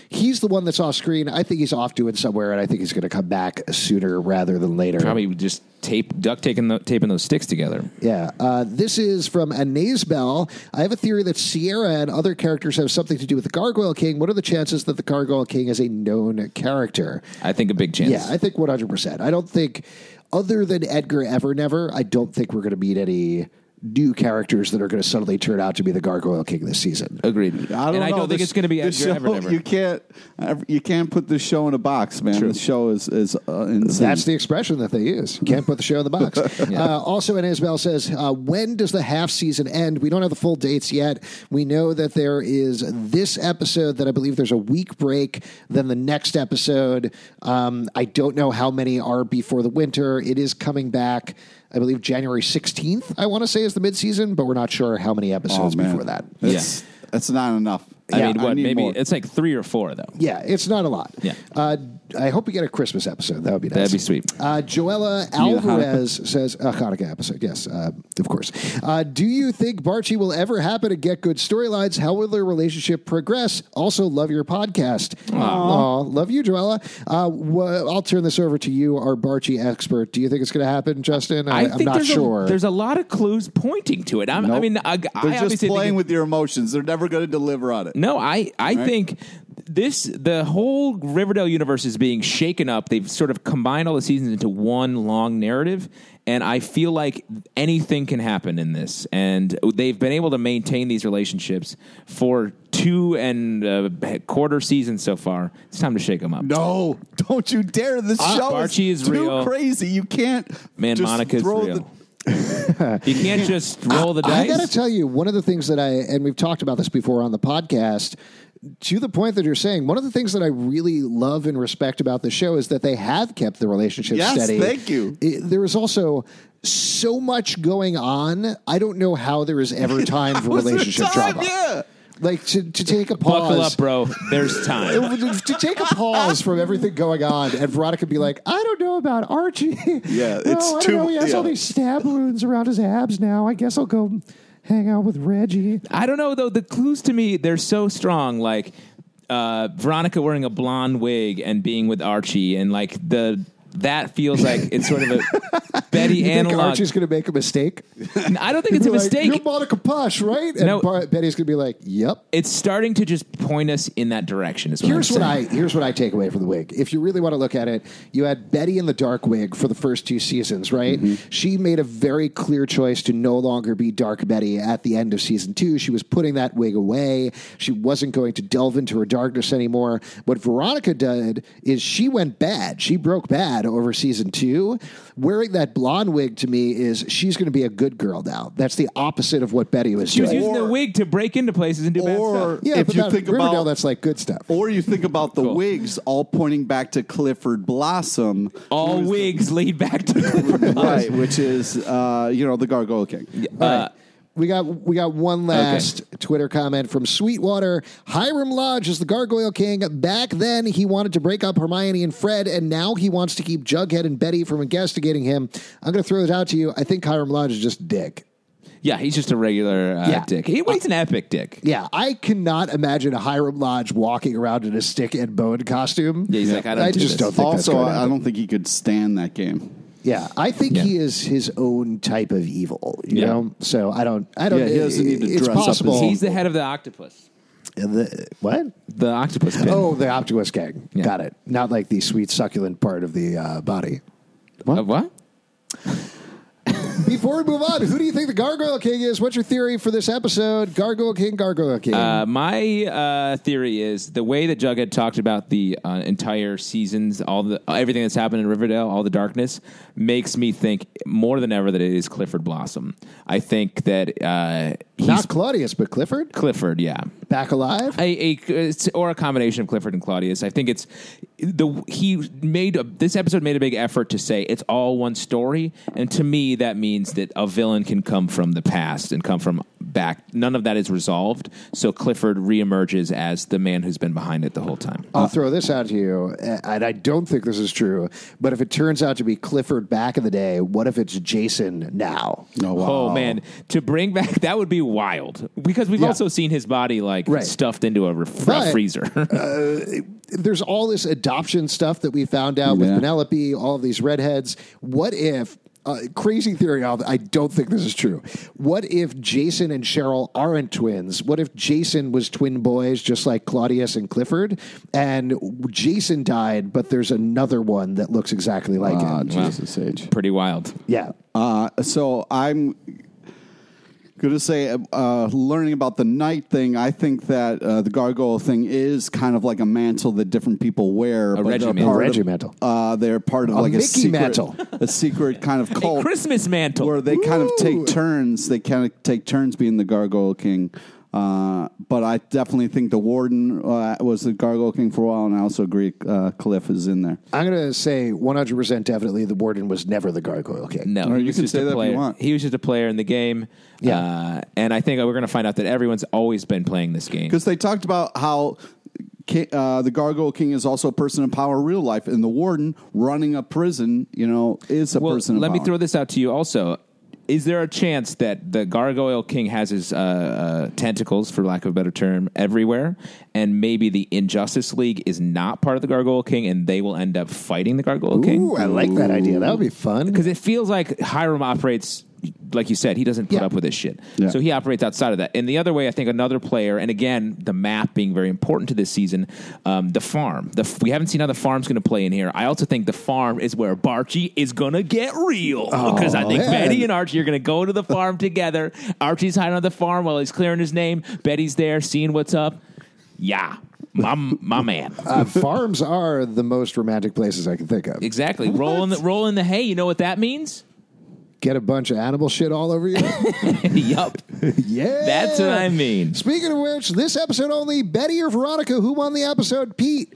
Speaker 4: he's the one that's off screen. I think he's off doing somewhere, and I think he's going to come back sooner rather than later.
Speaker 2: probably just tape duct taping the, taping those sticks together.
Speaker 4: Yeah. Uh, this is from Anais Bell. I have a theory that Sierra and other characters have something to do with the Gargoyle King. What are the chances that the Gargoyle King is a known character?
Speaker 2: I think a big chance.
Speaker 4: Yeah, I think 100%. I don't think, other than Edgar Evernever, I don't think we're going to meet any new characters that are going to suddenly turn out to be the Gargoyle King this season.
Speaker 2: agreed.
Speaker 3: I
Speaker 2: and
Speaker 3: don't know.
Speaker 2: I don't think
Speaker 3: This-
Speaker 2: it's going to be
Speaker 3: this
Speaker 2: Edgar
Speaker 3: show-
Speaker 2: Everett.
Speaker 3: You can't, ev- you can't put this show in a box, man. This show is is uh, insane.
Speaker 4: That's the expression that they use. Can't put the show in the box. uh, also, in Isabel says, uh, when does the half season end? We don't have the full dates yet. We know that there is this episode that I believe there's a week break, then the next episode. Um, I don't know how many are before the winter. It is coming back. I believe January 16th, I want to say, is the midseason, but we're not sure how many
Speaker 3: Oh,
Speaker 4: episodes before that.
Speaker 3: That's, that's not enough.
Speaker 2: I
Speaker 4: Yeah,
Speaker 2: mean, what?
Speaker 3: need
Speaker 2: maybe
Speaker 3: more.
Speaker 2: it's like three or four though.
Speaker 4: Yeah, it's not a lot.
Speaker 2: Yeah.
Speaker 4: Uh, I hope we get a Christmas episode. That would be nice.
Speaker 2: That'd be sweet.
Speaker 4: Uh, Joella
Speaker 3: You need a Hanukkah?
Speaker 4: Alvarez says, a Hanukkah episode, yes, uh, of course. Uh, do you think Barchi will ever happen to get good storylines? How will their relationship progress? Also, love your podcast. Aw, love you, Joella. Uh, wha- I'll turn this over to you, our Barchi expert. Do you think it's going to happen, Justin? I, am not
Speaker 2: there's
Speaker 4: sure.
Speaker 2: A, there's a lot of clues pointing to it. I'm, I
Speaker 3: Nope.
Speaker 2: mean, I, I
Speaker 3: They're just
Speaker 2: obviously think
Speaker 3: playing
Speaker 2: it-
Speaker 3: with your emotions. They're never going to deliver on it.
Speaker 2: No, I, I think this the whole Riverdale universe is being shaken up. They've sort of combined all the seasons into one long narrative, and I feel like anything can happen in this. And they've been able to maintain these relationships for two and a quarter seasons so far. It's time to shake them up.
Speaker 3: No, don't you dare! This
Speaker 2: Ah,
Speaker 3: show
Speaker 2: Archie
Speaker 3: is,
Speaker 2: is
Speaker 3: too
Speaker 2: real.
Speaker 3: crazy. You can't
Speaker 2: Man,
Speaker 3: just
Speaker 2: Monica's
Speaker 3: throw
Speaker 2: real.
Speaker 3: the-
Speaker 2: you can't just roll the
Speaker 4: I
Speaker 2: dice.
Speaker 4: got to tell you, one of the things that I, and we've talked about this before on the podcast, to the point that you're saying, one of the things that I really love and respect about the show is that they have kept the relationship
Speaker 3: Yes,
Speaker 4: steady.
Speaker 3: thank you.
Speaker 4: It- there is also so much going on. I don't know how there is ever time for
Speaker 3: Was there
Speaker 4: relationship
Speaker 3: time?
Speaker 4: drama.
Speaker 3: Yeah.
Speaker 4: Like to, to take a pause.
Speaker 2: Buckle up, bro. There's time.
Speaker 4: to take a pause from everything going on, and Veronica be like, "I don't know about Archie.
Speaker 3: Yeah,
Speaker 4: No,
Speaker 3: it's
Speaker 4: I don't
Speaker 3: too-
Speaker 4: know. He has all
Speaker 3: yeah.
Speaker 4: these stab wounds around his abs now. I guess I'll go hang out with Reggie.
Speaker 2: I don't know though. The clues to me they're so strong. Like uh, Veronica wearing a blonde wig and being with Archie, and like the that feels like it's sort of a Betty
Speaker 4: You think
Speaker 2: analog.
Speaker 4: Archie's going to make a mistake?
Speaker 2: I don't think it's a
Speaker 4: Be like, You're
Speaker 2: mistake.
Speaker 4: Monica Posh, right? And
Speaker 2: No.
Speaker 4: Bar- Betty's going to be like, "Yep."
Speaker 2: It's starting to just point us in that direction. Is what
Speaker 4: Here's
Speaker 2: I'm
Speaker 4: what I
Speaker 2: saying.
Speaker 4: here's what I take away from the wig. If you really want to look at it, you had Betty in the dark wig for the first two seasons, right?
Speaker 3: Mm-hmm.
Speaker 4: She made a very clear choice to no longer be dark Betty at the end of season two. She was putting that wig away. She wasn't going to delve into her darkness anymore. What Veronica did is she went bad. She broke bad over season two. Wearing that blonde wig to me is she's going to be a good girl now. That's the opposite of what Betty was
Speaker 2: She was
Speaker 4: doing.
Speaker 2: using the
Speaker 3: Or-
Speaker 2: wig to break into places and do bad
Speaker 3: or
Speaker 2: stuff.
Speaker 4: yeah,
Speaker 3: if
Speaker 4: but
Speaker 3: you
Speaker 4: that-
Speaker 3: think
Speaker 4: Riverdale,
Speaker 3: about
Speaker 4: that's like good stuff.
Speaker 3: Or you think about the
Speaker 2: Cool.
Speaker 3: wigs all pointing back to Clifford Blossom.
Speaker 2: All
Speaker 3: who is-
Speaker 2: wigs lead back to.
Speaker 3: Right, which is, uh, you know, the Gargoyle King.
Speaker 2: Uh,
Speaker 4: We got we got one last Twitter comment from Sweetwater. Hiram Lodge is the Gargoyle King. Back then, he wanted to break up Hermione and Fred, and now he wants to keep Jughead and Betty from investigating him. I'm going to throw it out to you. I think Hiram Lodge is just dick.
Speaker 2: yeah, he's just a regular uh,
Speaker 4: Yeah.
Speaker 2: dick. He, he's an epic dick.
Speaker 4: Yeah, I cannot imagine Hiram Lodge walking around in a stick and bone costume.
Speaker 2: Yeah, he's like, I don't do
Speaker 4: just
Speaker 2: this.
Speaker 4: don't think that's
Speaker 3: Also, uh,
Speaker 4: gonna
Speaker 3: I, I
Speaker 4: happen.
Speaker 3: don't think he could stand that game.
Speaker 4: Yeah, I think
Speaker 2: Yeah.
Speaker 4: he is his own type of evil. You
Speaker 2: Yeah.
Speaker 4: know, so I don't. I don't.
Speaker 3: Yeah, he doesn't need to
Speaker 4: it's
Speaker 3: dress up as-
Speaker 4: possible.
Speaker 2: He's the head of the octopus.
Speaker 4: The- what?
Speaker 2: The octopus. Pit.
Speaker 4: Oh, the Optimus gang.
Speaker 2: Yeah.
Speaker 4: Got it. Not like the sweet succulent part of the uh, body.
Speaker 2: Uh, what?
Speaker 4: Before we move on, who do you think the Gargoyle King is? What's your theory for this episode? Gargoyle King, Gargoyle King.
Speaker 2: Uh, my uh, theory is the way that Jughead talked about the uh, entire seasons, all the everything that's happened in Riverdale, all the darkness, makes me think more than ever that it is Clifford Blossom. I think that uh, he's
Speaker 4: Not Claudius, but Clifford.
Speaker 2: Clifford, yeah,
Speaker 4: Back alive.
Speaker 2: a, a or a combination of Clifford and Claudius. I think it's the he made a, this episode made a big effort to say it's all one story, and to me that means that a villain can come from the past and come from back. None of that is resolved, so Clifford reemerges as the man who's been behind it the whole time.
Speaker 4: I'll throw this out to you, a- and I don't think this is true, but if it turns out to be Clifford back in the day, what if it's Jason now?
Speaker 3: No,
Speaker 2: Oh man, to bring back that would be wild because we've
Speaker 4: Yeah.
Speaker 2: also seen his body like
Speaker 4: Right.
Speaker 2: stuffed into a, ref-
Speaker 4: But-
Speaker 2: a freezer.
Speaker 4: there's all this adoption stuff that we found out with
Speaker 3: Yeah.
Speaker 4: Penelope, all of these redheads. What if? Uh, crazy theory. I'll- I don't think this is true. What if Jason and Cheryl aren't twins? What if Jason was twin boys, just like Claudius and Clifford, and Jason died, but there's another one that looks exactly like
Speaker 3: Ah,
Speaker 4: him?
Speaker 3: Jesus age.
Speaker 2: Pretty wild.
Speaker 4: Yeah,
Speaker 3: Uh, so I'm going to say, uh, learning about the night thing, I think that uh, the gargoyle thing is kind of like a mantle that different people wear. A
Speaker 2: regimental.
Speaker 4: A regimental.
Speaker 3: Uh, they're part of like a
Speaker 4: Mickey
Speaker 3: secret,
Speaker 4: mantle.
Speaker 3: a secret kind of
Speaker 2: A
Speaker 3: cult
Speaker 2: Christmas mantle.
Speaker 3: where they kind of take turns. They kind of take turns being the gargoyle king. Uh, but I I definitely think the warden uh, was the gargoyle king for a while, and I also agree uh, Cliff is in there.
Speaker 4: I'm going to say 100% definitely the warden was never the gargoyle king.
Speaker 2: No,
Speaker 3: Or
Speaker 2: he
Speaker 3: you
Speaker 2: was
Speaker 3: can
Speaker 2: just
Speaker 3: say
Speaker 2: a
Speaker 3: that if you
Speaker 2: player.
Speaker 3: want.
Speaker 2: He was just a player in the game.
Speaker 4: Yeah.
Speaker 2: Uh, and I think we're going to find out that everyone's always been playing this game.
Speaker 3: Because they talked about how ki- uh, the gargoyle king is also a person in power in real life, and the warden running a prison, you know, is a
Speaker 2: Well,
Speaker 3: person. in
Speaker 2: let me
Speaker 3: power.
Speaker 2: throw this out to you also. Is there a chance that the Gargoyle King has his uh, uh, tentacles, for lack of a better term, everywhere, and maybe the Injustice League is not part of the Gargoyle King, and they will end up fighting the Gargoyle
Speaker 4: Ooh,
Speaker 2: King?
Speaker 4: I like that idea. That would be fun.
Speaker 2: Because it feels like Hiram operates, like you said, he doesn't put
Speaker 4: Yeah.
Speaker 2: up with this shit,
Speaker 3: Yeah.
Speaker 2: so he operates outside of that. And the other way, I think another player, and again, the map being very important to this season, um, the farm. The f- we haven't seen how the farm's going to play in here. I also think the farm is where Barchi is going to get real because I think
Speaker 4: Oh, man.
Speaker 2: Betty and Archie are going to go to the farm together. Archie's hiding on the farm while he's clearing his name. Betty's there, seeing what's up. Yeah, my my man.
Speaker 4: Uh, farms are the most romantic places I can think of.
Speaker 2: Exactly. Rolling the, rolling the hay. You know what that means?
Speaker 4: Get a bunch of animal shit all over you.
Speaker 2: yup.
Speaker 4: yeah.
Speaker 2: That's what I mean.
Speaker 4: Speaking of which, this episode only Betty or Veronica. Who won the episode? Pete.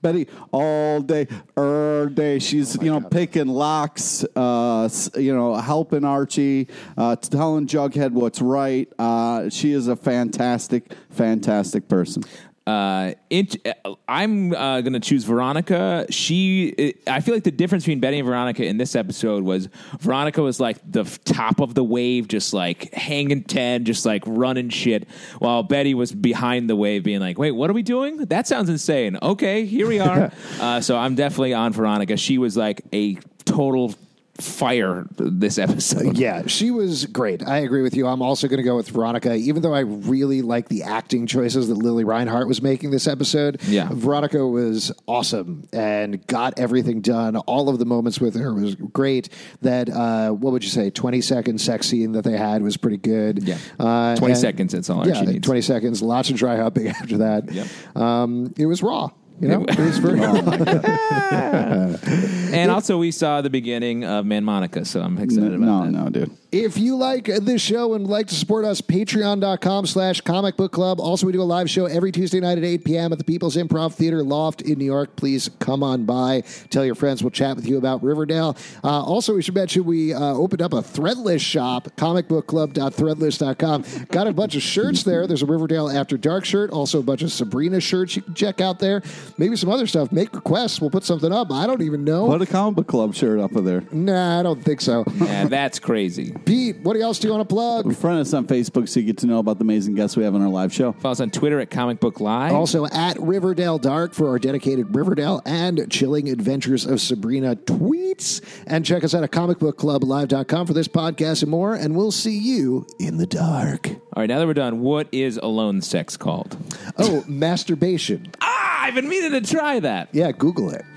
Speaker 3: Betty all day, er day.
Speaker 2: Oh
Speaker 3: She's you know picking locks, uh, s- you know helping Archie, uh, telling Jughead what's right. Uh, she is a fantastic, fantastic person.
Speaker 2: Uh, int- uh, I'm uh, going to choose Veronica. She, I feel like the difference between Betty and Veronica in this episode was Veronica was like the f- top of the wave, just like hanging ten, just like running shit, while Betty was behind the wave, being like, "Wait, what are we doing? That sounds insane." Okay, here we are. uh, so I'm definitely on Veronica. She was like a total fire this episode.
Speaker 4: Yeah, she was great. I agree with you. I'm also going to go with Veronica, even though I really like the acting choices that Lily Reinhart was making this episode.
Speaker 2: Yeah.
Speaker 4: Veronica was awesome and got everything done. All of the moments with her was great. That uh, what would you say? 20 second sex scene that they had was pretty good.
Speaker 2: Yeah.
Speaker 4: uh,
Speaker 2: 20
Speaker 4: and-
Speaker 2: seconds, that's all
Speaker 4: Yeah,
Speaker 2: she needs.
Speaker 4: 20 seconds. Lots of dry humping after that.
Speaker 2: Yep.
Speaker 4: Um, it was raw. You know, it was very
Speaker 2: And also, we saw the beginning of Man Monica, so I'm excited about
Speaker 3: No,
Speaker 2: that.
Speaker 3: no, dude.
Speaker 4: If you like this show and would like to support us, patreon.com slash comic book club. Also, we do a live show every Tuesday night at 8 p.m. at the People's Improv Theater Loft in New York. Please come on by. Tell your friends. We'll chat with you about Riverdale. Uh, also, we should mention we uh, opened up a threadless shop, comicbookclub.threadless.com. Got a bunch of shirts there. There's a Riverdale After Dark shirt, also a bunch of Sabrina shirts you can check out there. Maybe some other stuff. Make requests. We'll put something up. I don't even know.
Speaker 3: Put a comic book club shirt up of there.
Speaker 4: Nah, I don't think so.
Speaker 2: Yeah, that's crazy.
Speaker 4: Pete, what else do you want to plug?
Speaker 3: Friend us on Facebook so you get to know about the amazing guests we have on our live show.
Speaker 2: Follow us on Twitter at Comic Book Live.
Speaker 4: Also at Riverdale Dark for our dedicated Riverdale and Chilling Adventures of Sabrina tweets. And check us out at comicbookclublive.com for this podcast and more. And we'll see you in the dark.
Speaker 2: All right, now that we're done, what is alone sex called?
Speaker 4: Oh, masturbation.
Speaker 2: Ah, I've been meaning to try that.
Speaker 4: Yeah, Google it.